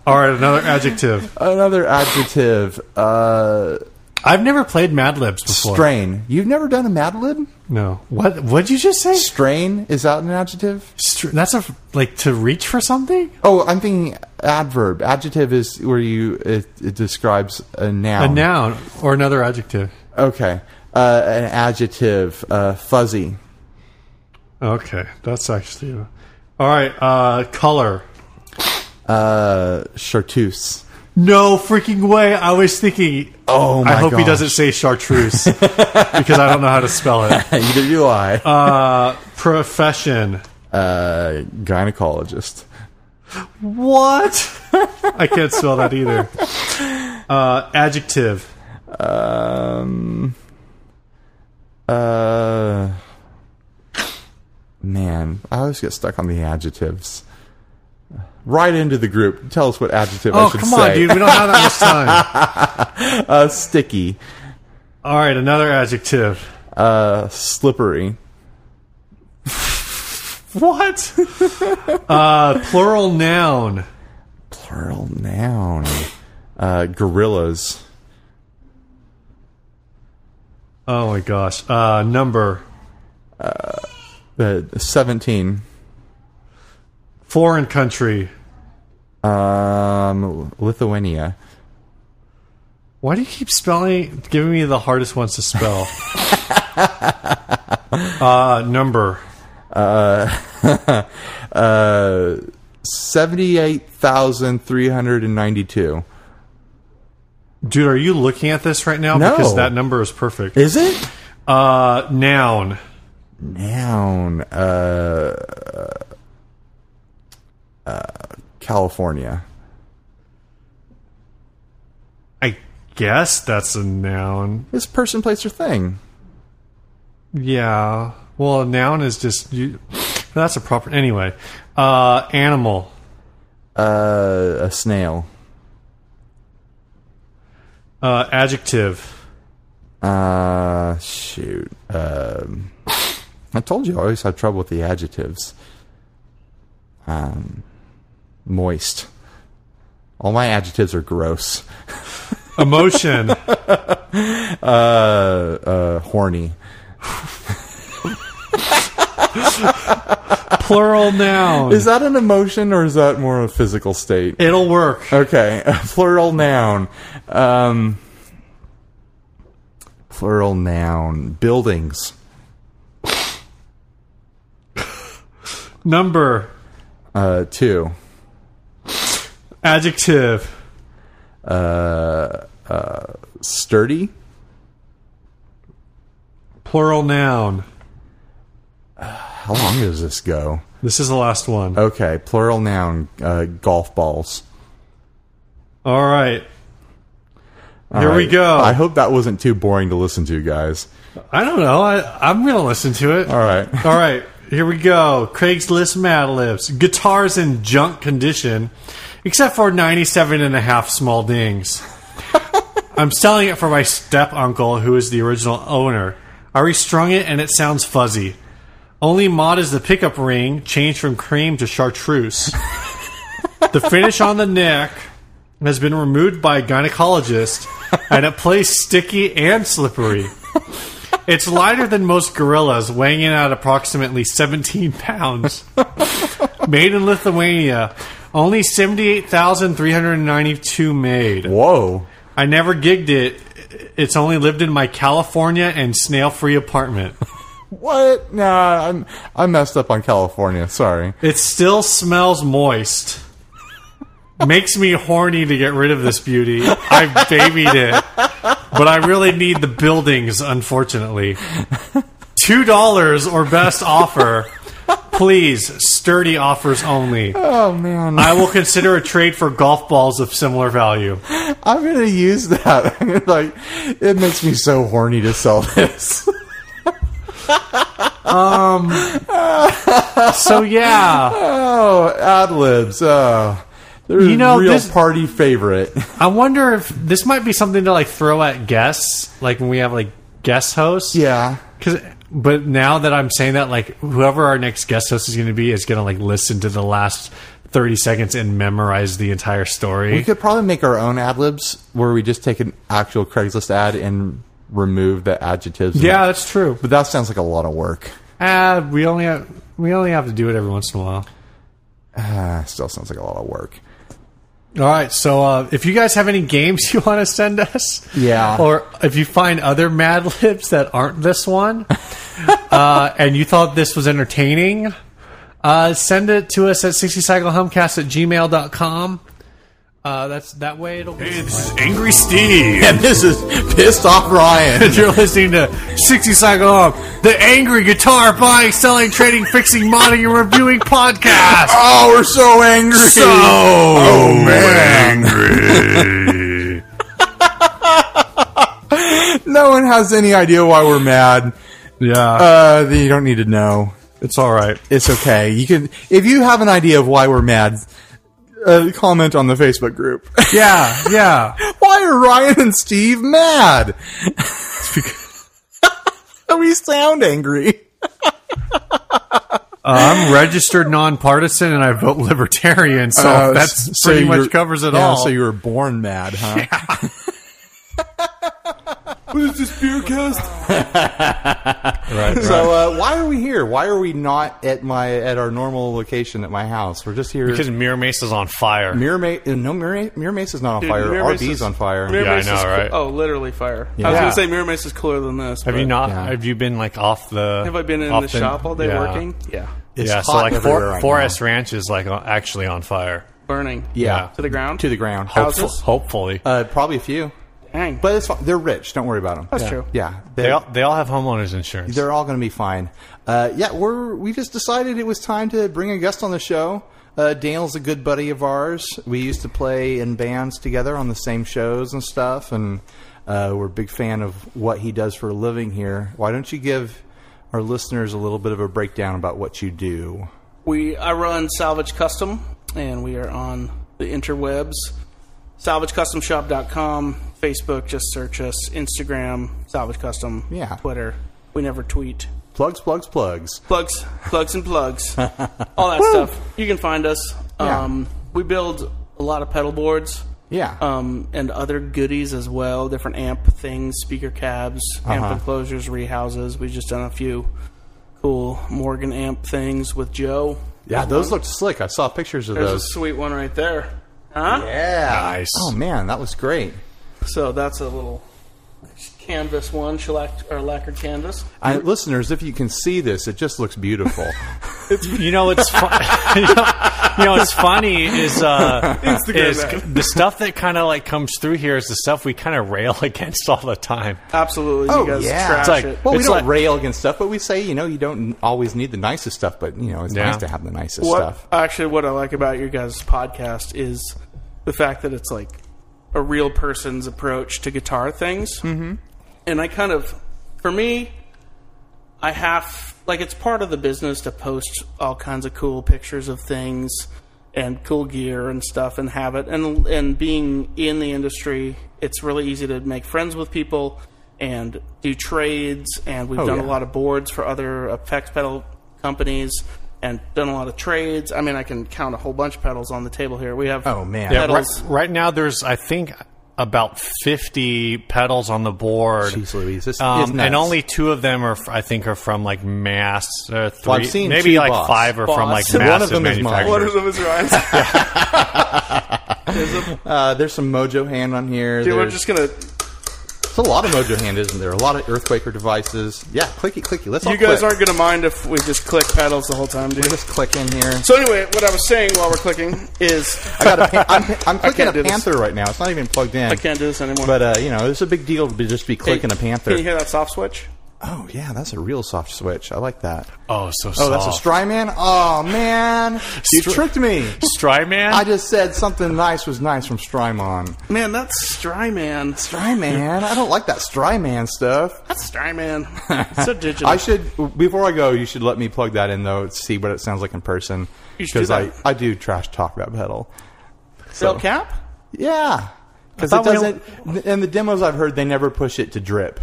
Speaker 2: all right, another adjective.
Speaker 1: Another adjective. Uh,
Speaker 2: I've never played Mad Libs before.
Speaker 1: strain. You've never done a Mad Lib?
Speaker 2: No, what? What'd you just say?
Speaker 1: Strain? Is that an adjective?
Speaker 2: Str- that's a like to reach for something.
Speaker 1: Oh, I'm thinking adverb. Adjective is where you it, it describes a
Speaker 2: A
Speaker 1: noun.
Speaker 2: noun or another adjective.
Speaker 1: Okay, uh, an adjective. Uh, fuzzy.
Speaker 2: Okay, that's actually all right. Uh, color.
Speaker 1: Uh, chartreuse.
Speaker 2: No freaking way! I was thinking.
Speaker 1: Oh my
Speaker 2: I hope he
Speaker 1: gosh.
Speaker 2: doesn't say chartreuse because I don't know how to spell it.
Speaker 1: Neither do I. Uh,
Speaker 2: Profession.
Speaker 1: gynecologist.
Speaker 2: What? I can't spell that either. Uh, adjective.
Speaker 1: Um. Uh. Man, I always get stuck on the adjectives. Right into the group. Tell us what adjective I
Speaker 2: Oh
Speaker 1: should
Speaker 2: come
Speaker 1: say.
Speaker 2: on, dude! We don't have that much time.
Speaker 1: Uh, sticky.
Speaker 2: All right, another adjective.
Speaker 1: Uh, slippery.
Speaker 2: What? Uh, plural noun.
Speaker 1: Plural noun. Uh, gorillas.
Speaker 2: Oh my gosh. Uh, number.
Speaker 1: Uh, Seventeen.
Speaker 2: Foreign country.
Speaker 1: Um, Lithuania.
Speaker 2: Why do you keep spelling, giving me the hardest ones to spell? uh, number.
Speaker 1: Uh, seventy-eight thousand three hundred and ninety-two.
Speaker 2: Dude, are you looking at this right now?
Speaker 1: No.
Speaker 2: Because that number is perfect.
Speaker 1: Is it
Speaker 2: Uh, noun.
Speaker 1: noun? Uh, uh,
Speaker 3: uh,
Speaker 1: California.
Speaker 2: guess that's a noun.
Speaker 3: This person, place, or thing.
Speaker 2: Yeah. Well, a noun is just you. That's a proper. Anyway, uh, animal.
Speaker 3: Uh, a snail.
Speaker 2: Uh, adjective.
Speaker 3: Uh, shoot. Um, I told you I always have trouble with the adjectives. Um, moist. All my adjectives are gross.
Speaker 2: Emotion.
Speaker 3: Uh, horny.
Speaker 2: plural noun.
Speaker 3: Is that an emotion or is that more of a physical state?
Speaker 2: It'll work.
Speaker 3: Okay, a plural noun. Um, plural noun. Buildings.
Speaker 2: Number.
Speaker 3: Uh, two.
Speaker 2: Adjective.
Speaker 3: Sturdy.
Speaker 2: Plural noun.
Speaker 3: How long does this go?
Speaker 2: This is the last one.
Speaker 3: Okay, plural noun. Uh, golf balls.
Speaker 2: All right. Here
Speaker 3: All
Speaker 2: we
Speaker 3: right.
Speaker 2: go.
Speaker 3: I
Speaker 2: I,
Speaker 3: hope that wasn't too boring to listen to, guys.
Speaker 2: don't know. I, I'm going to listen to it.
Speaker 3: All right.
Speaker 2: All right, here we go. Craigslist Mad Libs. Guitars in junk condition, except for 97 and a half small dings. I'm selling it for my step uncle, who is the original owner. I restrung it and it sounds fuzzy. Only mod is the pickup ring, changed from cream to chartreuse. the finish on the neck has been removed by a gynecologist, and it plays sticky and slippery. It's lighter than most gorillas, weighing in at approximately 17 pounds. made in Lithuania. Only 78,392 made.
Speaker 3: Whoa.
Speaker 2: I never gigged it. It's only lived in my California and snail free apartment.
Speaker 3: What? Nah, I'm, I messed up on California. Sorry.
Speaker 2: It still smells moist. Makes me horny to get rid of this beauty. I've babied it. But I really need the buildings, unfortunately. $2 or best offer. Please, sturdy offers only.
Speaker 3: Oh man,
Speaker 2: I will consider a trade for golf balls of similar value.
Speaker 3: I'm gonna use that. I'm gonna, like, it makes me so horny to sell this.
Speaker 2: So, yeah,
Speaker 3: Oh, ad libs. Oh, they're
Speaker 2: You know,
Speaker 3: real
Speaker 2: this-
Speaker 3: party favorite.
Speaker 2: I wonder if this might be something to like throw at guests, like when we have like guest hosts.
Speaker 3: Yeah.
Speaker 2: Cause, but now that I'm saying that, like whoever our next guest host is going to be is going to like listen to the last thirty seconds and memorize the entire
Speaker 3: We
Speaker 2: story.
Speaker 3: could probably make our own ad libs where we just take an actual Craigslist ad and remove the adjectives.
Speaker 2: Yeah, that's true.
Speaker 3: But that sounds like a lot of work.
Speaker 2: Ah, we only have, we only have to do it every once in a while.
Speaker 3: Ah, still sounds like a lot of work.
Speaker 2: All right, so uh, if you guys have any games you want to send us,
Speaker 3: Yeah.
Speaker 2: or if you find other Mad Libs that aren't this one, uh, and you thought this was entertaining, uh, send it to us at 60cyclehumcast at gmail.com. Uh, that's that way it'll be.
Speaker 6: This is Angry Steve.
Speaker 3: And this is pissed off Ryan.
Speaker 2: You're listening to 60 Cycle Home, the angry guitar buying, selling, trading, fixing, modding, and reviewing podcast.
Speaker 3: Oh, we're so angry.
Speaker 6: oh man, angry.
Speaker 3: no one has any idea why we're mad.
Speaker 2: Yeah,
Speaker 3: Uh, then you don't need to know.
Speaker 2: it's all right.
Speaker 3: It's okay. You can if you have an idea of why we're mad, uh, comment on the Facebook group.
Speaker 2: Yeah, yeah.
Speaker 3: why are Ryan and Steve mad? we sound angry.
Speaker 2: I'm registered nonpartisan and I vote libertarian, so
Speaker 3: Uh,
Speaker 2: Oh, that's
Speaker 3: so
Speaker 2: pretty much
Speaker 3: you're-
Speaker 2: covers it
Speaker 3: yeah,
Speaker 2: all.
Speaker 3: So you were born mad, huh? what is this beer cast?
Speaker 2: right,
Speaker 3: So uh, why are we here? Why are we not at my at our normal location at my house? We're just here.
Speaker 6: Because Mirror Mace is on fire.
Speaker 3: Mirror Mace, no Mirror, Mirror Mace is not on
Speaker 7: Dude,
Speaker 3: fire.
Speaker 7: Mirror Mace
Speaker 3: RB's
Speaker 7: is-
Speaker 3: on fire.
Speaker 7: Mirror
Speaker 6: Yeah, I
Speaker 7: Mace
Speaker 6: know,
Speaker 7: is cl-
Speaker 6: right?
Speaker 7: oh, literally fire. I was
Speaker 3: Yeah.
Speaker 7: gonna say Mirror Mace is cooler than this.
Speaker 6: Have you
Speaker 7: but-
Speaker 6: not?
Speaker 3: Yeah.
Speaker 6: Have you been like off the?
Speaker 7: Have I been in
Speaker 6: off
Speaker 7: the shop all day
Speaker 6: yeah.
Speaker 7: working? Yeah,
Speaker 3: It's
Speaker 6: yeah, so
Speaker 3: hot
Speaker 6: like
Speaker 3: everywhere
Speaker 6: for,
Speaker 3: right
Speaker 6: Forest Ranch is like on- actually on fire.
Speaker 7: burning.
Speaker 3: Yeah.
Speaker 7: to the ground.
Speaker 3: to the ground.
Speaker 7: How- Houses?
Speaker 6: Hopeful- hopefully,
Speaker 3: Uh, probably a few,
Speaker 7: Dang,
Speaker 3: but it's fine. They're rich. Don't worry about them.
Speaker 7: That's
Speaker 3: yeah.
Speaker 7: true.
Speaker 3: Yeah,
Speaker 6: they
Speaker 3: they
Speaker 6: all, they all have homeowners insurance.
Speaker 3: they're all going to be fine. Uh, yeah, we're we just decided it was time to bring a guest on the show. Uh, Daniel's a good buddy of ours. We used to play in bands together on the same shows and stuff, and uh, we're a big fan of what he does for a living here. Why don't you give our listeners a little bit of a breakdown about what you do?
Speaker 7: We I run Salvage Custom, and we are on the interwebs. SalvageCustomShop.com, Facebook, just search us. Instagram, Salvage Custom.
Speaker 3: Yeah.
Speaker 7: Twitter. We never tweet.
Speaker 3: Plugs, plugs, plugs.
Speaker 7: plugs, plugs, and plugs, all that stuff. You can find us. Um, we build a lot of pedal boards
Speaker 3: Yeah.
Speaker 7: um, and other goodies as well. Different amp things, speaker cabs, amp enclosures, rehouses. We've just done a few cool Morgan amp things with Joe.
Speaker 3: yeah, those looked slick. I saw pictures of
Speaker 7: There's a
Speaker 3: those.
Speaker 7: sweet one right there. Huh?
Speaker 3: Yeah.
Speaker 8: Nice.
Speaker 3: Oh, man, that was great.
Speaker 7: So that's a little canvas one, shellac or lacquered canvas.
Speaker 3: I, listeners, if you can see this, it just looks beautiful.
Speaker 8: You know what's fu- you, know, you know what's funny is uh, is the stuff that kind of like comes through here is the stuff we kind of rail against all the time.
Speaker 7: Absolutely,
Speaker 3: Oh,
Speaker 7: you guys trash
Speaker 8: It's like-
Speaker 7: it.
Speaker 3: Well, we
Speaker 8: It's
Speaker 3: don't
Speaker 8: like-
Speaker 3: rail against stuff, but we say, you know, you don't always need the nicest stuff, but, you know, it's
Speaker 8: Yeah.
Speaker 3: nice to have the nicest
Speaker 7: what,
Speaker 3: stuff.
Speaker 7: Actually, what I like about your guys' podcast is the fact that it's like a real person's approach to guitar things. Mm-hmm. And I kind of, for me, I have like it's part of the business to post all kinds of cool pictures of things and cool gear and stuff and have it and and being in the industry, it's really easy to make friends with people and do trades and we've done a
Speaker 3: Oh, yeah.
Speaker 7: lot of boards for other effects pedal companies and done a lot of trades. I mean, I can count a whole bunch of pedals on the table here. We have
Speaker 3: Oh, man.
Speaker 8: Yeah, right,
Speaker 7: pedals.
Speaker 8: right now there's I think about 50 pedals on the board.
Speaker 3: Jeez Louise, this is
Speaker 8: Um,
Speaker 3: nuts.
Speaker 8: and only two of them are, f- I think, are from like mass. Uh, three,
Speaker 3: Well, I've seen
Speaker 8: maybe
Speaker 3: two
Speaker 8: like
Speaker 3: Boss.
Speaker 8: five are from like
Speaker 7: Boss.
Speaker 8: massive
Speaker 7: One
Speaker 3: of them is mine.
Speaker 8: manufacturers.
Speaker 7: What are some of his rhymes?
Speaker 3: Uh, there's some Mojo Hand on here.
Speaker 7: Dude, we're
Speaker 3: there's,
Speaker 7: just gonna.
Speaker 3: there's a lot of Mojo Hand, isn't there? A lot of Earthquaker devices. Yeah, clicky, clicky. Let's all
Speaker 7: You guys
Speaker 3: click.
Speaker 7: aren't gonna mind if we just click pedals the whole time, dude.
Speaker 3: Just click in here.
Speaker 7: So anyway, what I was saying while we're clicking is
Speaker 3: I got a pan- I'm, I'm clicking
Speaker 7: can't
Speaker 3: a
Speaker 7: do this.
Speaker 3: Panther right now. It's not even plugged in.
Speaker 7: I can't do this anymore.
Speaker 3: But, uh, you know, it's a big deal to be, just be clicking a
Speaker 7: Can you
Speaker 3: Panther.
Speaker 7: hear that soft switch?
Speaker 3: Oh, yeah, that's a real soft switch. I like that.
Speaker 8: Oh, so
Speaker 3: Oh, that's a Stry Man? Oh, man. You
Speaker 8: Stry-
Speaker 3: tricked me.
Speaker 8: man.
Speaker 3: I just said something nice was nice from Strymon.
Speaker 7: Man, that's Stryman.
Speaker 3: Stryman? I don't like that Stryman stuff.
Speaker 7: That's Stryman. It's so digital.
Speaker 3: I should before I go. You should let me plug that in though. See what it sounds like in person.
Speaker 7: You should do
Speaker 3: I
Speaker 7: that.
Speaker 3: I do trash talk that pedal.
Speaker 7: Bill Cap?
Speaker 3: Yeah, because it
Speaker 8: thought we
Speaker 3: doesn't. And the demos I've heard, they never push it to drip.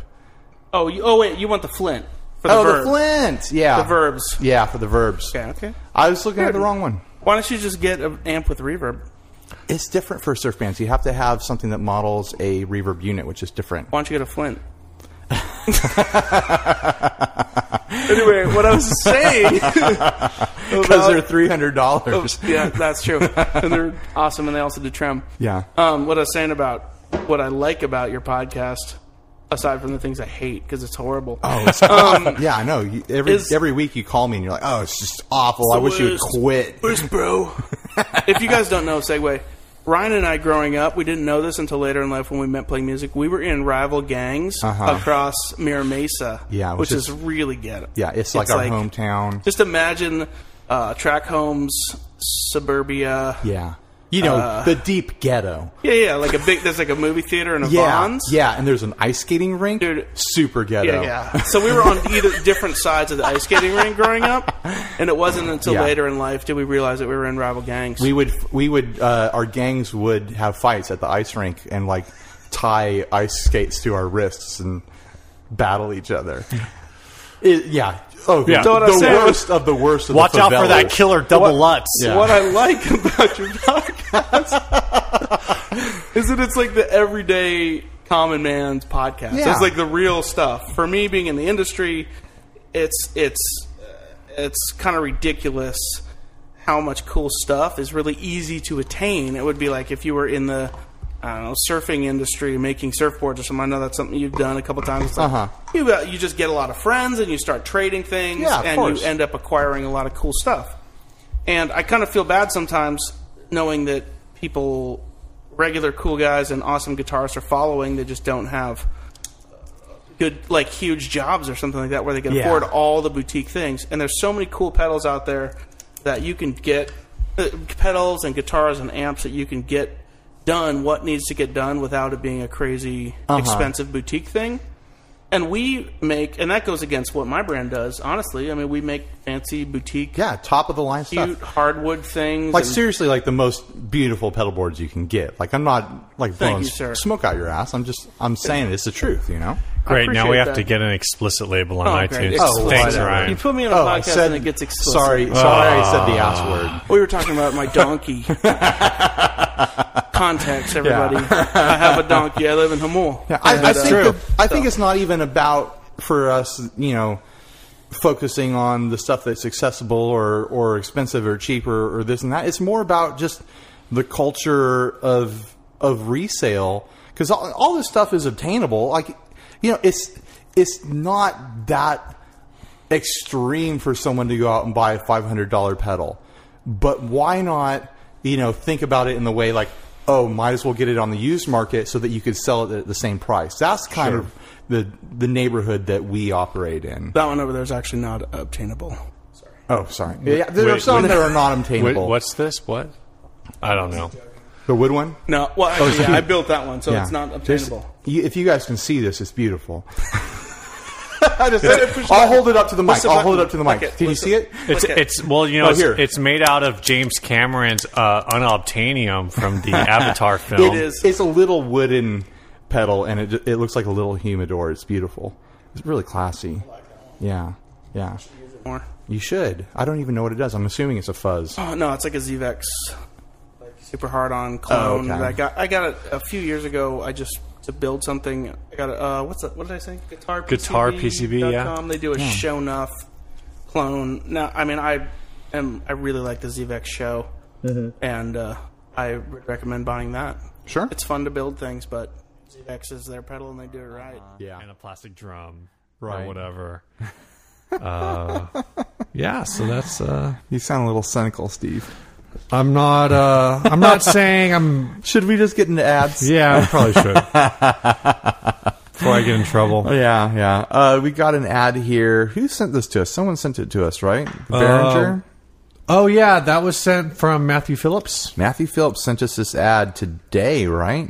Speaker 7: Oh, you, oh wait, you want the Flint for the
Speaker 3: oh,
Speaker 7: verb.
Speaker 3: the Flint. Yeah,
Speaker 7: The verbs.
Speaker 3: Yeah, for the verbs.
Speaker 7: Okay, okay.
Speaker 3: I was looking at the wrong one.
Speaker 7: Why don't you just get an amp with reverb?
Speaker 3: It's different for surf bands. You have to have something that models a reverb unit, which is different.
Speaker 7: Why don't you get a Flint? anyway, what I was saying
Speaker 3: Because they're three hundred dollars.
Speaker 7: yeah, that's true. And they're awesome, and they also do trim.
Speaker 3: Yeah.
Speaker 7: Um, what I was saying about what I like about your podcast, aside from the things I hate because it's horrible. Um,
Speaker 3: Oh, it's- yeah, I know. You, every
Speaker 7: is-
Speaker 3: every week you call me and you're like, "Oh, it's just awful. I wish you would
Speaker 7: worst.
Speaker 3: quit."
Speaker 7: Where's bro? if you guys don't know, segue. Ryan and I, growing up, we didn't know this until later in life when we met playing music. We were in rival gangs across Mira Mesa,
Speaker 3: Uh-huh. Yeah,
Speaker 7: which,
Speaker 3: which
Speaker 7: is,
Speaker 3: is-
Speaker 7: really ghetto.
Speaker 3: Yeah, it's like our hometown.
Speaker 7: Just imagine uh, track homes, suburbia.
Speaker 3: Yeah, you know the deep ghetto.
Speaker 7: yeah, yeah, like a big. There's like a movie theater and a
Speaker 3: Yeah,
Speaker 7: Vons.
Speaker 3: yeah, and there's an ice skating rink.
Speaker 7: Dude.
Speaker 3: super ghetto.
Speaker 7: Yeah, yeah. So we were on either different sides of the ice skating rink growing up, and it wasn't until
Speaker 3: Yeah.
Speaker 7: later in life did we realize that we were in rival gangs.
Speaker 3: We would we would uh, our gangs would have fights at the ice rink and like tie ice skates to our wrists and battle each other. It- yeah. Oh,
Speaker 8: Yeah. So
Speaker 3: the,
Speaker 8: what I
Speaker 7: said was-
Speaker 3: worst of the worst. Of
Speaker 8: Watch
Speaker 3: the
Speaker 8: out for that
Speaker 3: favelas.
Speaker 8: killer double lutz.
Speaker 3: Yeah.
Speaker 7: What I like about your podcast is that it's like the everyday common man's podcast.
Speaker 3: Yeah.
Speaker 7: It's like the real stuff. For me, being in the industry, it's it's uh, it's kind of ridiculous how much cool stuff is really easy to attain. It would be like if you were in the I don't know surfing industry, making surfboards or something. I know that's something you've done a couple times. It's Like,
Speaker 3: Uh-huh.
Speaker 7: You got, you just get a lot of friends and you start trading things,
Speaker 3: Yeah, of
Speaker 7: and
Speaker 3: course.
Speaker 7: you end up acquiring a lot of cool stuff. And I kind of feel bad sometimes knowing that people, regular cool guys and awesome guitarists are following, they just don't have good, like huge jobs or something like that where they can afford all the boutique things. And there's so many cool pedals out there that you can get uh, pedals and guitars and amps that you can get done what needs to get done without it being a crazy
Speaker 3: Uh-huh.
Speaker 7: expensive boutique thing. And we make, and that goes against what my brand does. Honestly, I mean, we make fancy boutique,
Speaker 3: Yeah, top of the line
Speaker 7: cute
Speaker 3: stuff.
Speaker 7: hardwood things.
Speaker 3: Like
Speaker 7: and-
Speaker 3: seriously, like the most beautiful pedal boards you can get. Like I'm not like blowing
Speaker 7: you, sir.
Speaker 3: smoke out your ass. I'm just I'm saying it's the truth, you know.
Speaker 8: Great. Now we
Speaker 7: appreciate
Speaker 8: have
Speaker 7: that.
Speaker 8: to get an explicit label on
Speaker 7: Oh, great.
Speaker 8: iTunes.
Speaker 3: Oh,
Speaker 8: Thanks,
Speaker 3: whatever.
Speaker 8: Ryan.
Speaker 7: you put me on a
Speaker 3: Oh, I
Speaker 7: podcast
Speaker 3: said
Speaker 7: and it gets explicit.
Speaker 3: sorry, sorry, I said the ass word.
Speaker 7: We were talking about my donkey. Context, everybody. I have a donkey. I live in Hamul.
Speaker 3: Yeah, I, I
Speaker 7: And, uh,
Speaker 3: think that- I think it's not even about for us, you know, focusing on the stuff that's accessible or or expensive or cheaper or this and that. It's more about just the culture of of resale because all, all this stuff is obtainable. Like, you know, it's it's not that extreme for someone to go out and buy a five hundred dollar pedal, but why not? You know, think about it in the way like, oh, might as well get it on the used market so that you could sell it at the same price. That's kind of the the neighborhood that we operate in.
Speaker 7: that one over there is actually not obtainable.
Speaker 3: Oh, sorry. Yeah, there are
Speaker 8: Wait,
Speaker 3: some
Speaker 8: wait.
Speaker 3: that are not
Speaker 8: Wait,
Speaker 3: obtainable.
Speaker 8: what's this? What? I don't know.
Speaker 3: the wood one?
Speaker 7: No, well, actually, yeah, I built that one, so
Speaker 3: Yeah.
Speaker 7: it's Oh, not
Speaker 3: There's-
Speaker 7: obtainable.
Speaker 3: you- if you guys can see this, it's beautiful. I just said, I'll hold it up to the mic.
Speaker 7: the
Speaker 3: I'll hold it
Speaker 7: button.
Speaker 3: up to the mic.
Speaker 7: Click it.
Speaker 3: Can you
Speaker 7: What's
Speaker 3: see
Speaker 7: the-
Speaker 3: it?
Speaker 8: It's
Speaker 7: Okay.
Speaker 8: it's well, you know,
Speaker 3: Oh,
Speaker 8: it's,
Speaker 3: here.
Speaker 8: it's made out of James Cameron's uh, unobtainium from the Avatar film.
Speaker 7: It is.
Speaker 3: It's a little wooden pedal, and it it looks like a little humidor. It's beautiful. It's really classy. Yeah, yeah.
Speaker 7: More.
Speaker 3: You should. I don't even know what it does. I'm assuming it's a fuzz.
Speaker 7: Oh, no, it's like a ZVEX, like super hard on clone.
Speaker 3: okay.
Speaker 7: that I got I got it a few years ago. I just to build something. I got a uh, what's that? What did I say? Guitar
Speaker 8: Guitar PCB, yeah.
Speaker 7: com. They do a show enough clone. Now, I mean, I am I really like the ZVEX show, and uh, I would recommend buying that.
Speaker 3: Sure.
Speaker 7: It's fun to build things, but ZVEX is their pedal and they do it right.
Speaker 3: yeah.
Speaker 8: and a plastic drum
Speaker 3: Right.
Speaker 8: or whatever. uh, yeah, so that's. Uh,
Speaker 3: You sound a little cynical, Steve.
Speaker 2: I'm not. Uh, I'm not saying I'm.
Speaker 3: Should we just get into ads?
Speaker 2: Yeah, I probably should. Before I get in trouble.
Speaker 3: Yeah, yeah. Uh, we got an ad here. Who sent this to us? Someone sent it to us, right?
Speaker 2: Uh,
Speaker 3: Behringer?
Speaker 2: Oh yeah, that was sent from Matthew Phillips.
Speaker 3: Matthew Phillips sent us this ad today, right?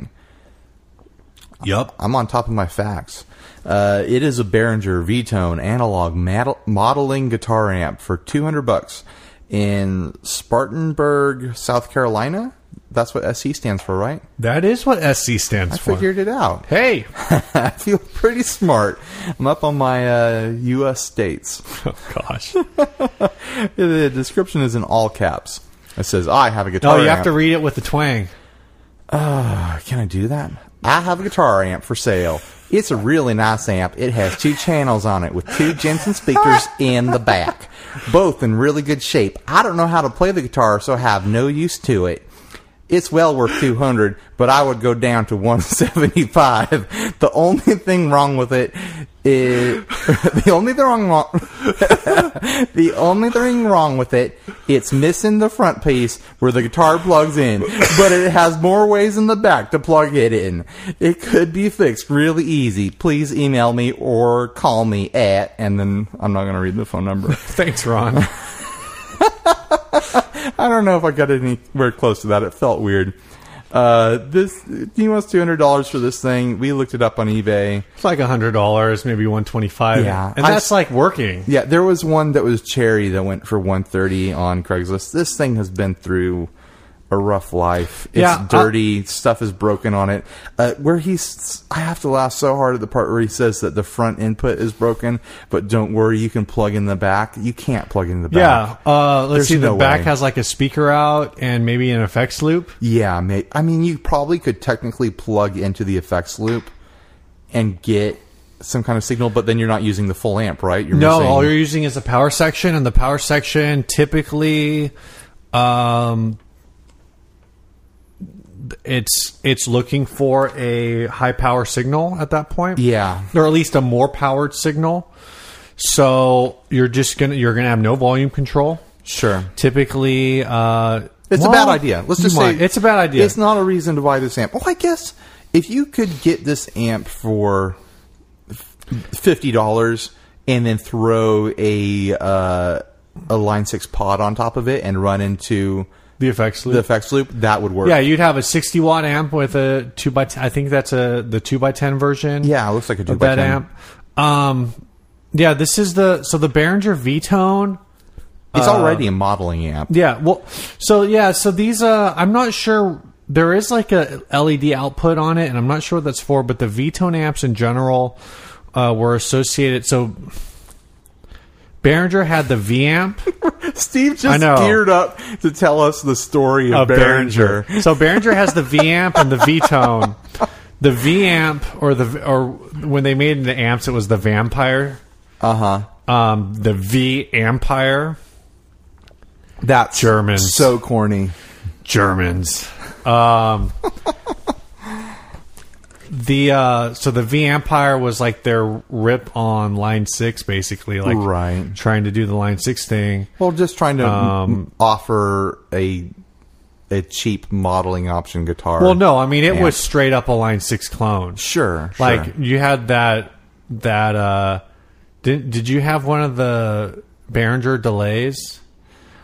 Speaker 9: Yup.
Speaker 3: I'm on top of my facts. Uh, it is a Behringer V-Tone analog model- modeling guitar amp for 200 bucks in Spartanburg, South Carolina. That's what SC stands for, right?
Speaker 2: That is what SC stands
Speaker 3: I
Speaker 2: for.
Speaker 3: figured it out.
Speaker 2: Hey,
Speaker 3: I feel pretty smart. I'm up on my uh, U.S. states.
Speaker 8: oh gosh,
Speaker 3: The description is in all caps. It says, "I have a guitar."
Speaker 2: oh, you
Speaker 3: amp.
Speaker 2: have to read it with the twang.
Speaker 3: Can I do that? I have a guitar amp for sale. It's a really nice amp. It has two channels on it with two Jensen speakers in the back, both in really good shape. I don't know how to play the guitar, so I have no use to it. It's well worth 200, but I would go down to 175. The only thing wrong with it is the only thing wrong the only thing wrong with it, it's missing the front piece where the guitar plugs in, but it has more ways in the back to plug it in. It could be fixed really easy. Please email me or call me at, and then I'm not going to read the phone number.
Speaker 2: Thanks, Ron.
Speaker 3: I don't know if I got anywhere close to that. It felt weird. Uh, this he wants two hundred dollars for this thing. We looked it up on eBay.
Speaker 2: It's like hundred dollars, maybe one twenty-five.
Speaker 3: Yeah.
Speaker 2: and
Speaker 3: I
Speaker 2: that's
Speaker 3: s-
Speaker 2: like working.
Speaker 3: Yeah, there was one that was cherry that went for one thirty on Craigslist. This thing has been through a rough life. It's
Speaker 2: Yeah, uh, I-
Speaker 3: dirty. stuff is broken on it. Uh, where he's, I have to laugh so hard at the part where he says that the front input is broken, but don't worry, you can plug in the back. You can't plug in the
Speaker 2: Yeah.
Speaker 3: back.
Speaker 2: Uh, let's
Speaker 3: There's
Speaker 2: see. The
Speaker 3: no
Speaker 2: back
Speaker 3: way.
Speaker 2: has like a speaker out and maybe an effects loop.
Speaker 3: Yeah, ma- I mean, you probably could technically plug into the effects loop and get some kind of signal, but then you're not using the full amp, right? You're
Speaker 2: No,
Speaker 3: missing-
Speaker 2: all you're using is a power section, and the power section typically, um, it's it's looking for a high power signal at that point.
Speaker 3: Yeah.
Speaker 2: or at least a more powered signal. So you're just gonna you're gonna have no volume control.
Speaker 3: sure.
Speaker 2: Typically, uh,
Speaker 3: It's
Speaker 2: well,
Speaker 3: a bad idea. Let's
Speaker 2: you
Speaker 3: just
Speaker 2: might.
Speaker 3: say
Speaker 2: it's a bad idea.
Speaker 3: It's not a reason to buy this amp. Oh, I guess if you could get this amp for fifty dollars and then throw a uh, a Line Six pod on top of it and run into
Speaker 2: the effects loop.
Speaker 1: the effects loop, that would work.
Speaker 2: yeah, you'd have a 60 watt amp with a 2 by 10 I think that's a the 2 by 10 version.
Speaker 1: yeah, it looks like a two
Speaker 2: of
Speaker 1: by
Speaker 2: that
Speaker 1: ten.
Speaker 2: amp. Um yeah, this is the so the Behringer V-Tone
Speaker 1: It's already a modeling amp.
Speaker 2: Yeah. Well, so yeah, so these uh I'm not sure there is like a LED output on it and I'm not sure what that's for, but the V-tone amps in general uh were associated so Behringer had the V amp
Speaker 1: Steve
Speaker 2: I
Speaker 1: just
Speaker 2: know.
Speaker 1: geared up to tell us the story of,
Speaker 2: of
Speaker 1: Behringer.
Speaker 2: Behringer. So Behringer has the V amp and the V tone. The V amp or the or when they made the amps, it was the vampire.
Speaker 1: Uh-huh.
Speaker 2: Uh huh. Um, the V ampire.
Speaker 1: That's
Speaker 2: Germans.
Speaker 1: So corny.
Speaker 2: Germans. Um, the uh, so the V Empire was like their rip on Line Six, basically, like
Speaker 1: Right.
Speaker 2: trying to do the Line Six thing.
Speaker 1: Well, just trying to
Speaker 2: Um,
Speaker 1: m- offer a a cheap modeling option guitar.
Speaker 2: Well, no, I mean it
Speaker 1: Yeah.
Speaker 2: was straight up a Line Six clone.
Speaker 1: sure,
Speaker 2: Like
Speaker 1: sure.
Speaker 2: you had that that uh, did did you have one of the Behringer delays?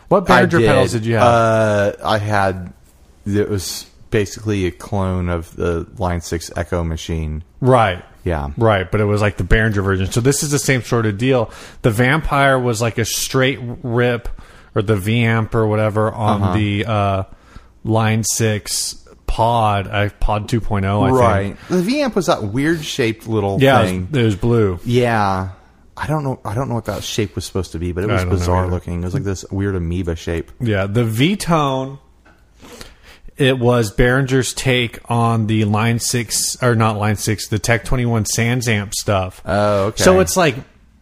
Speaker 2: What
Speaker 1: I
Speaker 2: Behringer pedals did you have?
Speaker 1: Uh, I had it was basically a clone of the Line Six Echo machine.
Speaker 2: Right.
Speaker 1: Yeah.
Speaker 2: Right, but it was like the Behringer version. So this is the same sort of deal. The Vampire was like a straight rip or the Vamp or whatever on
Speaker 1: Uh-huh.
Speaker 2: the uh, Line 6 pod, uh, Pod 2.0, I think.
Speaker 1: Right. The The amp was that weird shaped little
Speaker 2: Yeah, it
Speaker 1: thing.
Speaker 2: was, it was blue.
Speaker 1: Yeah. I don't know. I don't know what that shape was supposed to be, but it
Speaker 2: I
Speaker 1: was
Speaker 2: don't know
Speaker 1: bizarre
Speaker 2: either.
Speaker 1: looking. It was like this weird amoeba shape.
Speaker 2: Yeah, the V Tone. It was Behringer's take on the Line Six, or not Line Six, the Tech Twenty One Sans Amp stuff.
Speaker 1: Oh, okay.
Speaker 2: So it's like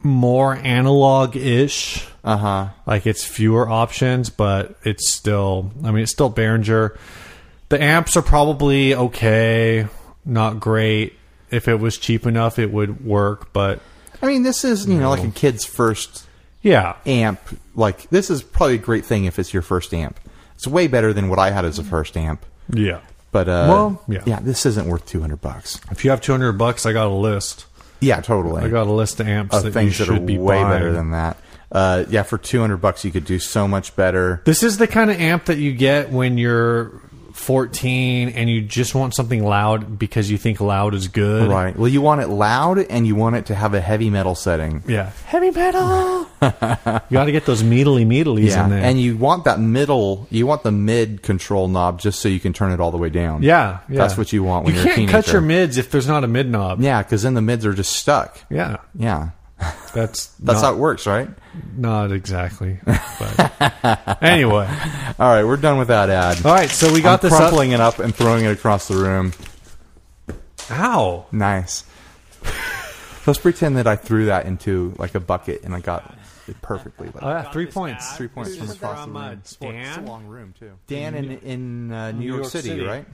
Speaker 2: more analog ish. Uh huh.
Speaker 1: Uh-huh.
Speaker 2: Like it's fewer options, but it's still. I mean, it's still Behringer. The amps are probably okay, not great. If it was cheap enough, it would work. But
Speaker 1: I mean, this is you know like a kid's first
Speaker 2: yeah,
Speaker 1: amp. Like this is probably a great thing if it's your first amp. It's way better than what I had as a first amp.
Speaker 2: yeah.
Speaker 1: But uh,
Speaker 2: Well, yeah.
Speaker 1: this isn't worth two hundred bucks.
Speaker 2: If you have two hundred bucks, I got a list.
Speaker 1: Yeah, totally.
Speaker 2: I got a list of amps
Speaker 1: of
Speaker 2: that
Speaker 1: things
Speaker 2: you
Speaker 1: that
Speaker 2: should
Speaker 1: are
Speaker 2: be
Speaker 1: way
Speaker 2: buying.
Speaker 1: better than that. Uh, yeah, for two hundred bucks you could do so much better.
Speaker 2: This is the kind of amp that you get when you're 14 and you just want something loud because you think loud is good.
Speaker 1: Right. Well, you want it loud and you want it to have a heavy metal setting.
Speaker 2: Yeah. Heavy metal. you got to get those meatly meatlies in there.
Speaker 1: and you want that middle, you want the mid control knob just so you can turn it all the way down.
Speaker 2: yeah, yeah.
Speaker 1: That's what you want when
Speaker 2: you
Speaker 1: are a
Speaker 2: can't
Speaker 1: teenager.
Speaker 2: cut your mids if there's not a mid knob.
Speaker 1: Yeah, because then the mids are just stuck.
Speaker 2: Yeah.
Speaker 1: Yeah,
Speaker 2: That's
Speaker 1: that's how
Speaker 2: not,
Speaker 1: it works, right?
Speaker 2: not exactly. But anyway.
Speaker 1: All right, we're done with that ad.
Speaker 2: All right, so we got
Speaker 1: I'm
Speaker 2: this up-
Speaker 1: crumpling it up and throwing it across the room.
Speaker 2: How?
Speaker 1: Nice. Let's pretend that I threw that into like a bucket and I got it perfectly. Like,
Speaker 2: Uh, 3 points.
Speaker 1: three points from across the room.
Speaker 2: Dan?
Speaker 1: room too. Dan uh, in in uh, New, York,
Speaker 2: York
Speaker 1: City,
Speaker 2: City.
Speaker 1: right?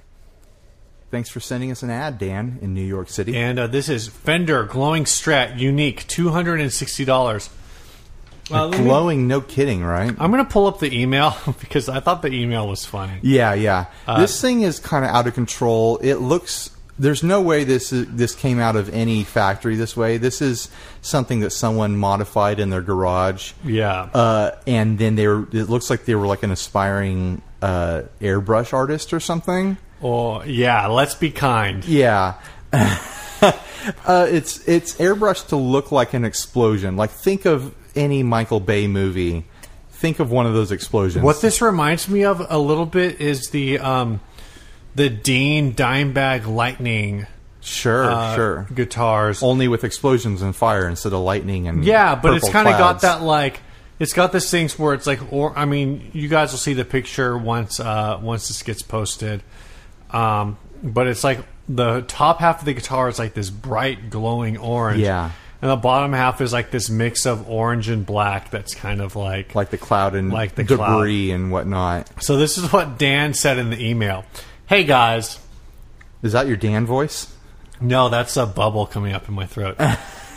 Speaker 1: Thanks for sending us an ad, Dan, in New York City.
Speaker 2: And uh, this is Fender Glowing Strat Unique, $260. Uh, let me-
Speaker 1: Glowing, no kidding, right?
Speaker 2: I'm going to pull up the email because I thought the email was funny.
Speaker 1: Yeah, yeah.
Speaker 2: Uh,
Speaker 1: this thing is kind of out of control. It looks. There's no way this is, this came out of any factory this way. This is something that someone modified in their garage.
Speaker 2: Yeah.
Speaker 1: Uh, and then they were. It looks like they were like an aspiring uh, airbrush artist or something.
Speaker 2: Or Oh, yeah, let's be kind.
Speaker 1: Yeah. uh, it's it's airbrushed to look like an explosion. Like think of any Michael Bay movie. Think of one of those explosions.
Speaker 2: What this reminds me of a little bit is the um, the Dean Dimebag Lightning
Speaker 1: Sure,
Speaker 2: uh,
Speaker 1: sure.
Speaker 2: guitars.
Speaker 1: Only with explosions and fire instead of lightning and
Speaker 2: Yeah, but it's
Speaker 1: purple
Speaker 2: kind of got
Speaker 1: clouds.
Speaker 2: that like it's got this things where it's like or I mean you guys will see the picture once uh once this gets posted, um but it's like the top half of the guitar is like this bright glowing orange.
Speaker 1: Yeah.
Speaker 2: And the bottom half is like this mix of orange and black that's kind of like
Speaker 1: like the cloud and
Speaker 2: Like the
Speaker 1: debris and whatnot.
Speaker 2: So this is what Dan said in the email. Hey guys,
Speaker 1: Is that your Dan voice?
Speaker 2: no, that's a bubble coming up in my throat.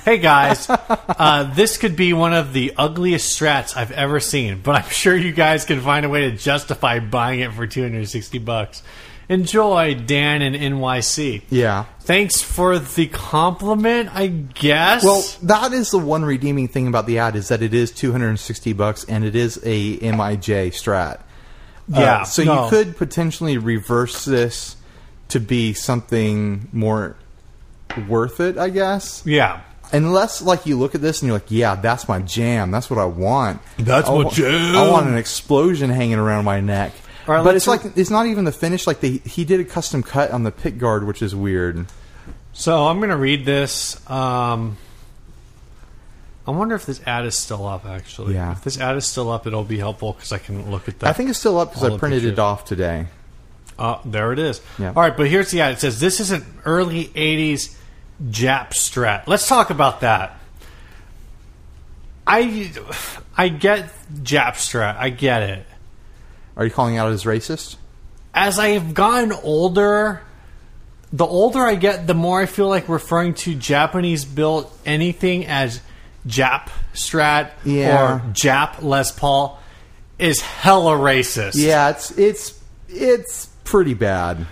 Speaker 2: hey guys, uh, this could be one of the ugliest strats I've ever seen, but I'm sure you guys can find a way to justify buying it for 260 bucks. Enjoy, Dan and NYC.
Speaker 1: Yeah.
Speaker 2: Thanks for the compliment, I guess.
Speaker 1: Well, that is the one redeeming thing about the ad is that it is 260 bucks and it is a MIJ Strat. Uh,
Speaker 2: Yeah,
Speaker 1: so
Speaker 2: no.
Speaker 1: you could potentially reverse this to be something more worth it, I guess.
Speaker 2: Yeah.
Speaker 1: Unless, like, you look at this and you're like, "Yeah, that's my jam. That's what I want. That's
Speaker 9: my jam."
Speaker 1: I want an explosion hanging around my neck."
Speaker 2: Or
Speaker 1: but
Speaker 2: let's
Speaker 1: it's like it's not even the finish. Like they he did a custom cut on the pick guard, which is weird.
Speaker 2: So I'm gonna read this. Um, I wonder if this ad is still up. Actually,
Speaker 1: Yeah.
Speaker 2: If this ad is still up, it'll be helpful because I can look at that.
Speaker 1: I think it's still up because
Speaker 2: All
Speaker 1: I
Speaker 2: the
Speaker 1: printed
Speaker 2: pictures.
Speaker 1: it off today.
Speaker 2: Uh, there it is.
Speaker 1: Yeah.
Speaker 2: All right, but here's the ad. It says this is an early '80s Jap strat. Let's talk about that. I I get Jap strat. I get it.
Speaker 1: Are you calling out as racist?
Speaker 2: As I've gotten older, the older I get, the more I feel like referring to Japanese built anything as Jap strat
Speaker 1: Yeah.
Speaker 2: or Jap Les Paul is hella racist.
Speaker 1: Yeah, it's it's it's pretty bad.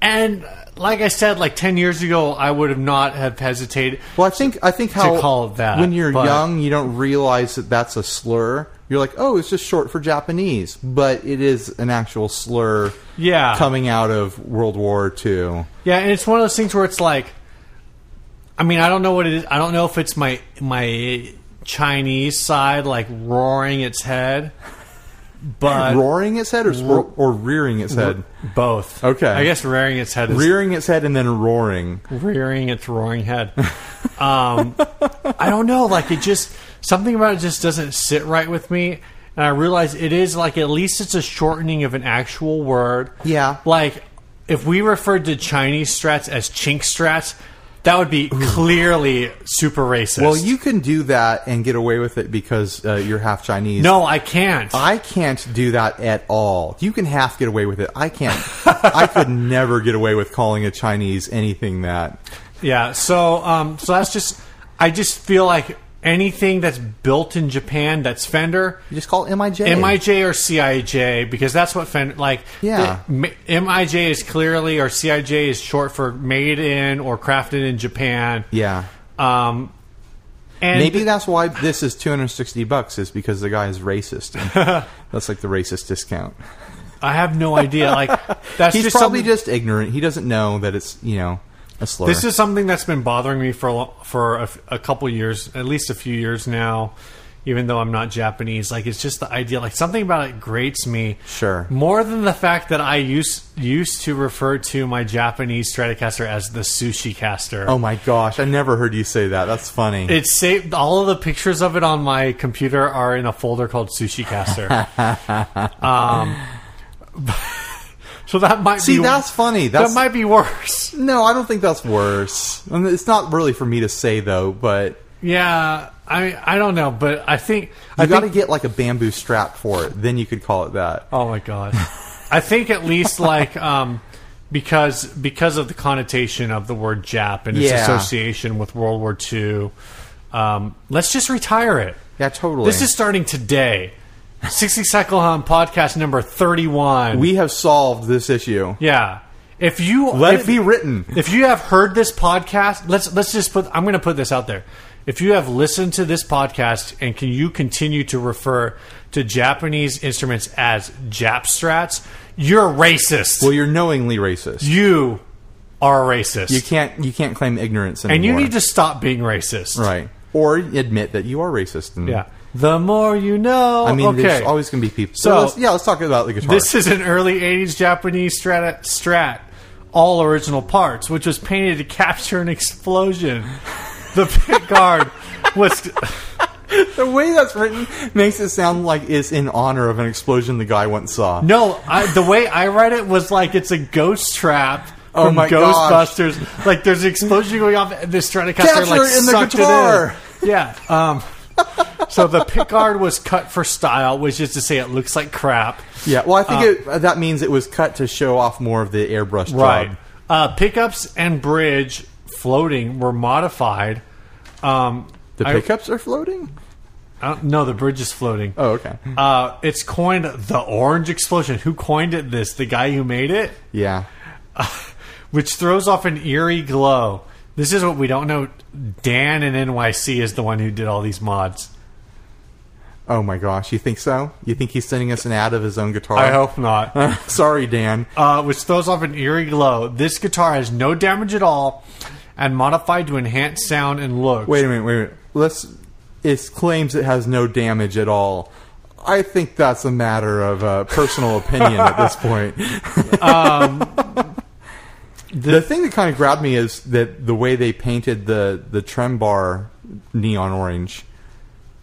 Speaker 2: And uh, like I said, like ten years ago, I would have not have hesitated.
Speaker 1: Well, I think I think how
Speaker 2: call it that,
Speaker 1: when you're
Speaker 2: but-
Speaker 1: young, you don't realize that that's a slur. You're like, oh, it's just short for Japanese, but it is an actual slur.
Speaker 2: Yeah.
Speaker 1: coming out of World War II.
Speaker 2: Yeah, and it's one of those things where it's like, I mean, I don't know what it is. I don't know if it's my my Chinese side like roaring its head, but
Speaker 1: roaring its head or, or, or rearing its head,
Speaker 2: both.
Speaker 1: Okay.
Speaker 2: I guess rearing its head is
Speaker 1: rearing its head and then roaring.
Speaker 2: rearing its roaring head. Um, I don't know. Like it just something about it just doesn't sit right with me. And I realize it is like at least it's a shortening of an actual word.
Speaker 1: Yeah.
Speaker 2: Like if we referred to Chinese strats as chink strats, that would be clearly super racist.
Speaker 1: Well, you can do that and get away with it because uh, you're half Chinese.
Speaker 2: no, I can't.
Speaker 1: I can't do that at all. You can half get away with it. I can't. I could never get away with calling a Chinese anything that.
Speaker 2: Yeah, so um, so that's just I just feel like anything that's built in Japan that's Fender.
Speaker 1: You just call it MIJ.
Speaker 2: MIJ or CIJ because that's what Fender like.
Speaker 1: Yeah.
Speaker 2: the- M- MIJ is clearly or CIJ is short for made in or crafted in Japan.
Speaker 1: Yeah.
Speaker 2: Um, and
Speaker 1: Maybe that's why this is 260 bucks is because the guy is racist. that's like the racist discount.
Speaker 2: I have no idea. Like that's
Speaker 1: He's
Speaker 2: just
Speaker 1: probably
Speaker 2: something-
Speaker 1: just ignorant. He doesn't know that it's, you know, a slur.
Speaker 2: This is something that's been bothering me for a, lo- for a, f- a couple years, at least a few years now. Even though I'm not Japanese, like it's just the idea, like something about it grates me.
Speaker 1: Sure.
Speaker 2: More than the fact that I used used to refer to my Japanese Stratocaster as the sushi caster.
Speaker 1: Oh my gosh, I never heard you say that. That's funny.
Speaker 2: It's saved. All of the pictures of it on my computer are in a folder called Sushi Caster. um, so that might
Speaker 1: See,
Speaker 2: be
Speaker 1: that's funny.
Speaker 2: that
Speaker 1: That's
Speaker 2: might be worse.
Speaker 1: No, I don't think that's worse. And it's not really for me to say though, but
Speaker 2: Yeah, I I don't know, but I think I
Speaker 1: you got to
Speaker 2: think.
Speaker 1: get like a bamboo strap for it. Then you could call it that.
Speaker 2: oh my god, I think at least like um, because because of the connotation of the word Jap and its
Speaker 1: Yeah.
Speaker 2: association with World War II, um, let's just retire it.
Speaker 1: Yeah, totally.
Speaker 2: This is starting today. 60 Cycle Hum podcast number 31.
Speaker 1: we have solved this issue.
Speaker 2: Yeah. If you
Speaker 1: Let
Speaker 2: if,
Speaker 1: it be written.
Speaker 2: if you have heard this podcast, let's let's just put I'm going to put this out there. If you have listened to this podcast and can you continue to refer to Japanese instruments as Jap strats, you're racist.
Speaker 1: Well, you're knowingly racist. You,
Speaker 2: you are racist.
Speaker 1: can't you can't claim ignorance anymore.
Speaker 2: and you need to stop being racist.
Speaker 1: right or admit that you are racist. And,
Speaker 2: Yeah. The more you know.
Speaker 1: I mean,
Speaker 2: okay.
Speaker 1: there's always going to be people.
Speaker 2: So-
Speaker 1: So let's, yeah, let's talk about the guitar.
Speaker 2: This is an early 80s Japanese strat, strat, all original parts, which was painted to capture an explosion. The pick guard was.
Speaker 1: the way that's written makes it sound like it's in honor of an explosion the guy once uh, saw.
Speaker 2: No, I, the way I read it was like it's a ghost trap.
Speaker 1: Oh
Speaker 2: From
Speaker 1: my gosh.
Speaker 2: Ghostbusters, like there's an explosion going off, and the
Speaker 1: Capture
Speaker 2: Stratocaster
Speaker 1: it
Speaker 2: like
Speaker 1: in the
Speaker 2: sucked
Speaker 1: guitar.
Speaker 2: it in. Yeah. Um, so the pickguard was cut for style, which is to say it looks like crap.
Speaker 1: Yeah, well, I think it, uh, that means it was cut to show off more of the airbrush job.
Speaker 2: Uh, pickups and bridge floating were modified. Um,
Speaker 1: The
Speaker 2: I-
Speaker 1: pickups are floating.
Speaker 2: I don't- no, the bridge is floating.
Speaker 1: Oh, okay.
Speaker 2: Uh, it's coined the orange explosion. Who coined it? This the guy who made it,
Speaker 1: Yeah,
Speaker 2: which throws off an eerie glow. This is what we don't know. Dan in NYC is the one who did all these mods.
Speaker 1: Oh my gosh, you think so? You think he's sending us an ad of his own guitar?
Speaker 2: I hope not.
Speaker 1: Sorry, Dan.
Speaker 2: uh, which throws off an eerie glow. This guitar has no damage at all and modified to enhance sound and look.
Speaker 1: Wait a minute, wait a minute. Let's. It claims it has no damage at all. I think that's a matter of uh, personal opinion at this point. Um, the, thing that kind of grabbed me is that the way they painted the the trem bar neon orange.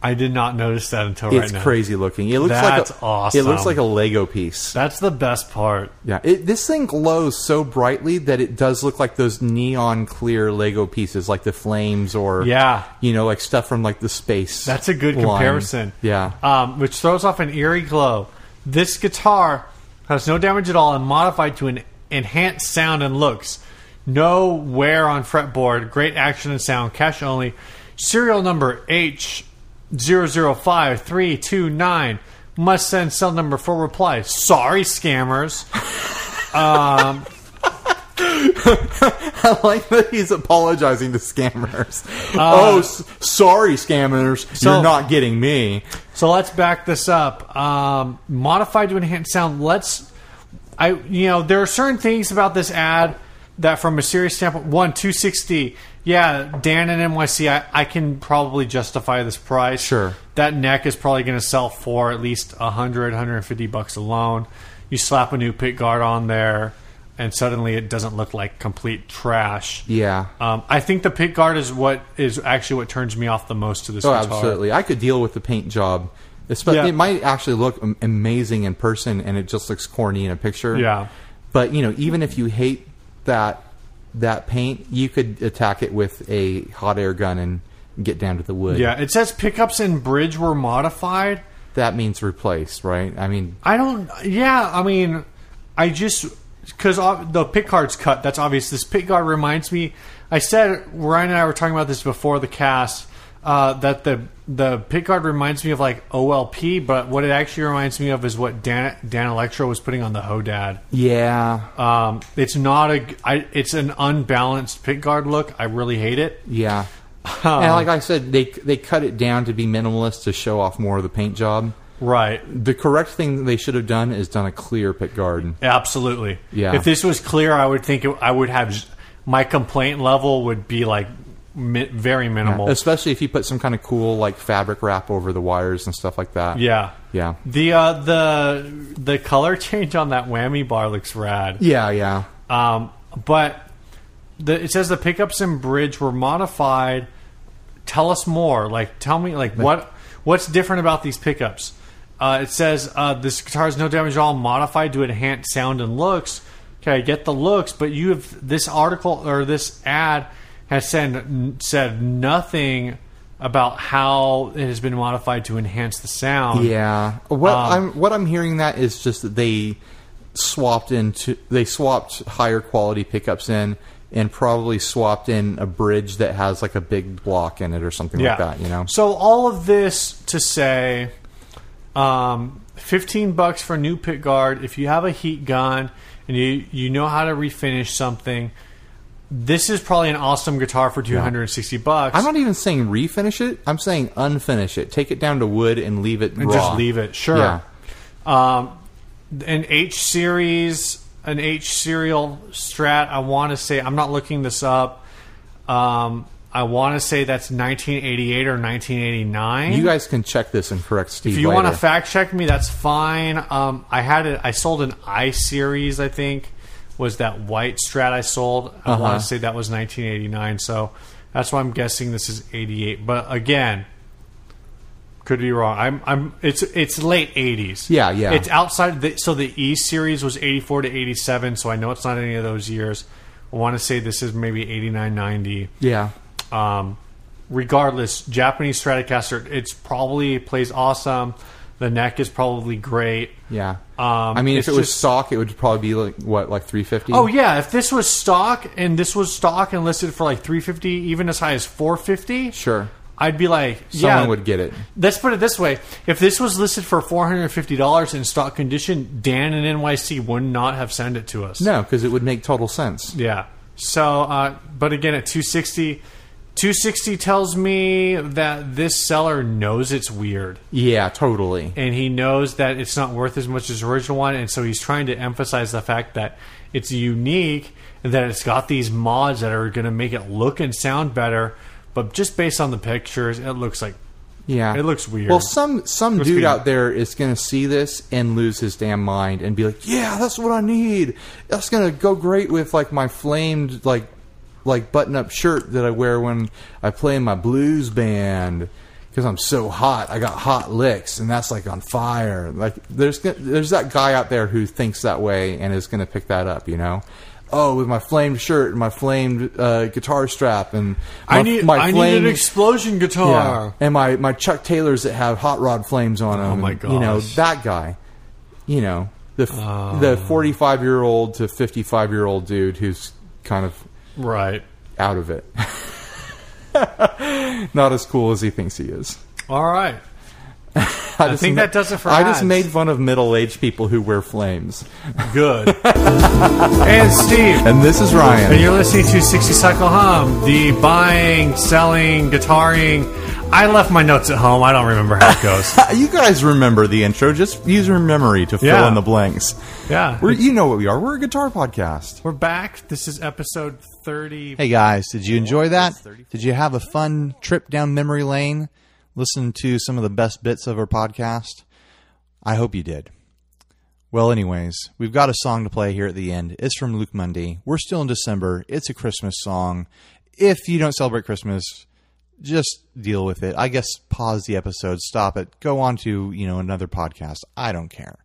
Speaker 2: I did not notice that until right
Speaker 1: It's
Speaker 2: now.
Speaker 1: crazy looking. It looks like
Speaker 2: That's
Speaker 1: a,
Speaker 2: awesome.
Speaker 1: It looks like a Lego piece.
Speaker 2: That's the best part.
Speaker 1: yeah, it, this thing glows so brightly that it does look like those neon clear Lego pieces, like the flames or
Speaker 2: Yeah.
Speaker 1: you know, like stuff from like the space.
Speaker 2: That's a good
Speaker 1: line.
Speaker 2: comparison.
Speaker 1: Yeah,
Speaker 2: Um, which throws off an eerie glow. This guitar has no damage at all and modified to an enhanced sound and looks. No wear on fretboard. Great action and sound. Cash only. Serial number H. 005329 must send cell number for reply. Sorry, scammers.
Speaker 1: I like that he's apologizing to scammers. oh, s- sorry, scammers,
Speaker 2: Uh, so-
Speaker 1: you're not getting me.
Speaker 2: So let's back this up. Um, modified to enhance sound. Let's, I you know, there are certain things about this ad that, from a serious standpoint, one two sixty. Yeah, Dan and NYC, I, I can probably justify this price.
Speaker 1: Sure.
Speaker 2: that neck is probably going to sell for at least 100 150 bucks alone. You slap a new pick guard on there, and suddenly it doesn't look like complete trash.
Speaker 1: Yeah.
Speaker 2: Um, I think the pick guard is what is actually what turns me off the most to this.
Speaker 1: Oh,
Speaker 2: guitar.
Speaker 1: absolutely. I could deal with the paint job. Espe-
Speaker 2: Yeah.
Speaker 1: It might actually look am- amazing in person, and it just looks corny in a picture.
Speaker 2: Yeah.
Speaker 1: But you know, even if you hate that that paint, you could attack it with a hot air gun and get down to the wood.
Speaker 2: Yeah, it says pickups and bridge were modified.
Speaker 1: That means replace, right? I mean,
Speaker 2: I don't. Yeah, I mean, I just because the pick guard's cut. That's obvious. This pick guard reminds me. I said Ryan and I were talking about this before the cast. Uh, that the the pick guard reminds me of like OLP, but what it actually reminds me of is what Dan Dan Electro was putting on the Hodad.
Speaker 1: yeah,
Speaker 2: Um, it's not a. g- I, it's an unbalanced pick guard look. I really hate it.
Speaker 1: yeah. and like I said, they they cut it down to be minimalist to show off more of the paint job.
Speaker 2: Right.
Speaker 1: The correct thing that they should have done is done a clear pit garden.
Speaker 2: Absolutely.
Speaker 1: Yeah.
Speaker 2: If this was clear, I would think it, I would have my complaint level would be like mi- very minimal. Yeah.
Speaker 1: Especially if you put some kind of cool like fabric wrap over the wires and stuff like that. Yeah.
Speaker 2: The uh, the the color change on that whammy bar looks rad.
Speaker 1: Yeah, yeah.
Speaker 2: Um, but the, it says the pickups and bridge were modified. Tell us more. Like, tell me, like, what what's different about these pickups? Uh, it says uh, this guitar is no damage at all, modified to enhance sound and looks. Okay, I get the looks, but you have this article or this ad has said said nothing about how it has been modified to enhance the sound.
Speaker 1: Yeah. What I'm what I'm hearing that is just that they swapped into they swapped higher quality pickups in and probably swapped in a bridge that has like a big block in it or something like that, you know.
Speaker 2: So all of this to say, um, fifteen bucks for a new pit guard. If you have a heat gun and you you know how to refinish something, this is probably an awesome guitar for two hundred and sixty bucks.
Speaker 1: I'm not even saying refinish it. I'm saying unfinish it. Take it down to wood and leave it
Speaker 2: and
Speaker 1: raw.
Speaker 2: just leave it. Sure.
Speaker 1: Yeah.
Speaker 2: Um, an H series, an H serial strat. I want to say I'm not looking this up. Um, I want to say that's 1988 or 1989.
Speaker 1: You guys can check this and correct Steve.
Speaker 2: If you
Speaker 1: later.
Speaker 2: want to fact check me, that's fine. Um, I had it. I sold an I series. I think was that white Strat I sold. I
Speaker 1: Uh-huh.
Speaker 2: want to say that was 1989. So that's why I'm guessing this is 88. But again, could be wrong. I'm. I'm. It's. It's late 80s.
Speaker 1: Yeah, yeah.
Speaker 2: It's outside. The, so the E series was 84 to 87. So I know it's not any of those years. I want to say this is maybe 89, 90.
Speaker 1: yeah.
Speaker 2: Um, regardless, Japanese Stratocaster, it's probably plays awesome. The neck is probably great.
Speaker 1: Yeah.
Speaker 2: Um,
Speaker 1: I mean, if
Speaker 2: it's
Speaker 1: it was
Speaker 2: just-
Speaker 1: stock, it would probably be like what, like three fifty.
Speaker 2: Oh yeah, if this was stock and this was stock and listed for like 350, even as high as 450,
Speaker 1: sure.
Speaker 2: I'd be like,
Speaker 1: Someone
Speaker 2: yeah,
Speaker 1: would get it.
Speaker 2: Let's put it this way: if this was listed for four hundred and fifty dollars in stock condition, Dan and NYC would not have sent it to us.
Speaker 1: No, because it would make total sense.
Speaker 2: Yeah. So, uh, but again, at 260, 260 tells me that this seller knows it's weird
Speaker 3: Yeah, totally.
Speaker 2: and he knows that it's not worth as much as the original one, and so he's trying to emphasize the fact that it's unique and that it's got these mods that are going to make it look and sound better. But just based on the pictures, it looks like
Speaker 3: Yeah,
Speaker 2: It looks weird.
Speaker 3: Well, some some
Speaker 2: Looks
Speaker 3: dude
Speaker 2: weird.
Speaker 3: out there is going to see this and lose his damn mind and be like, "Yeah, that's what I need. That's going to go great with like my flamed like like button up shirt that I wear when I play in my blues band because I'm so hot. I got hot licks and that's like on fire. Like there's go- there's that guy out there who thinks that way and is going to pick that up, you know." Oh, with my flamed shirt and my flamed uh, guitar strap and my,
Speaker 2: I need
Speaker 3: my
Speaker 2: I need an
Speaker 3: flamed-
Speaker 2: explosion
Speaker 3: yeah.
Speaker 2: guitar.
Speaker 3: And my, my Chuck Taylors that have hot rod flames on them.
Speaker 2: Oh, my
Speaker 3: You know,
Speaker 2: gosh. Oh.
Speaker 3: that guy. You know, the f the 45 year old to 55 year old dude who's kind of
Speaker 2: Right.
Speaker 3: out of it. Not as cool as he thinks he is.
Speaker 2: All right.
Speaker 3: I,
Speaker 2: think that does it for
Speaker 3: I just
Speaker 2: ads.
Speaker 3: made fun of middle aged people who wear flames.
Speaker 2: Good. and Steve.
Speaker 3: And this is
Speaker 2: And
Speaker 3: Ryan.
Speaker 2: you're listening to 60 Cycle Hum, the buying, selling, guitaring. I left my notes at home. I don't remember how it goes.
Speaker 3: Uh, You guys remember the intro. Just use your memory to fill
Speaker 2: Yeah.
Speaker 3: in the blanks.
Speaker 2: Yeah.
Speaker 3: We're, you know what we are. We're a guitar podcast.
Speaker 2: We're back. This is episode 30.
Speaker 1: Hey guys, did you enjoy that? Did you have a fun trip down memory lane? Listen to some of the best bits of our podcast? I hope you did. Well, anyways, we've got a song to play here at the end. It's from Luke Mundy. We're still in December. It's a Christmas song. If you don't celebrate Christmas, just deal with it. I guess pause the episode, stop it, go on to, you know, another podcast. I don't care.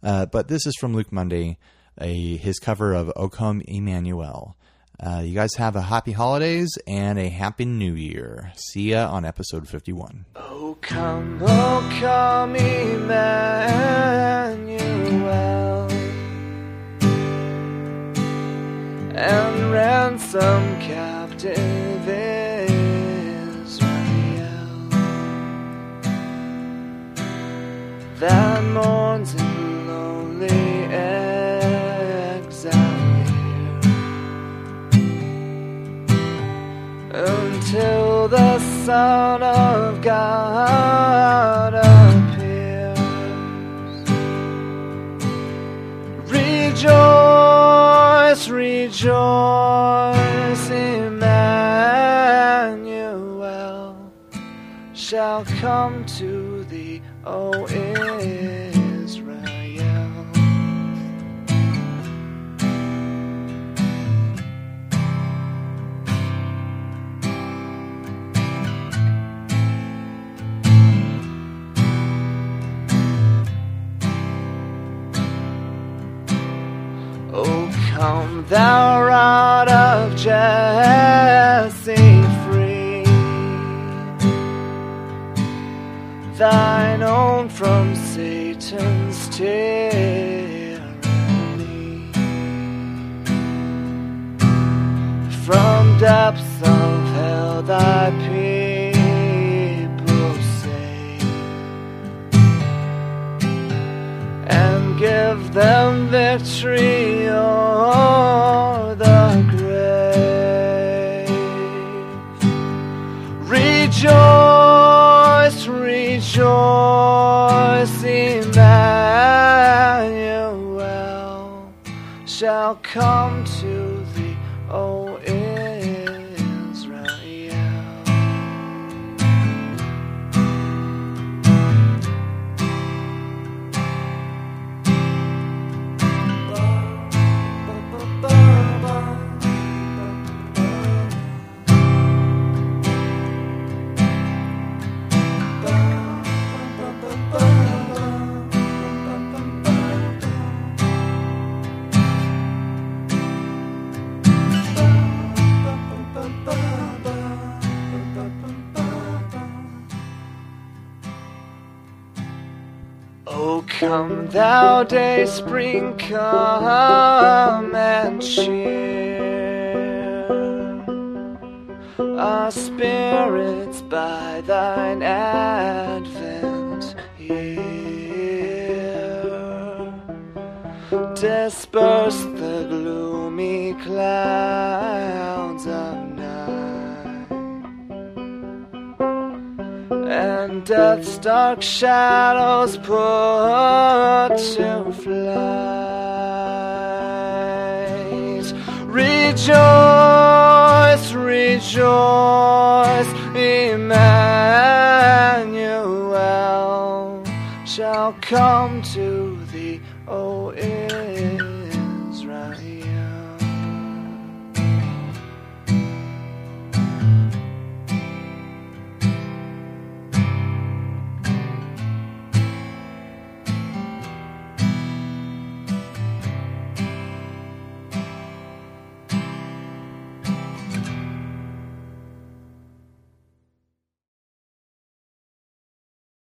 Speaker 1: Uh, but this is from Luke Monday, a, his cover of O Come Emmanuel. Uh, you guys have a happy holidays and a happy new year. See ya on episode 51.
Speaker 10: Oh come, oh come, Emmanuel, and ransom captive Israel that mourns in lonely exile here. until the Son of God appears. Rejoice, rejoice, Emmanuel shall come to thee, O Israel. O Oh, come, thou rod of Jesse free, thine own from Satan's tyranny, from depths of hell, thy people save and give them victory o'er the grave. Rejoice, rejoice, Emmanuel shall come to thee, O Israel. O Oh, come, thou day spring, come and cheer our spirits by thine advent here. Disperse the gloomy clouds of night in death's dark shadows put to flight. Rejoice, rejoice, Emmanuel shall come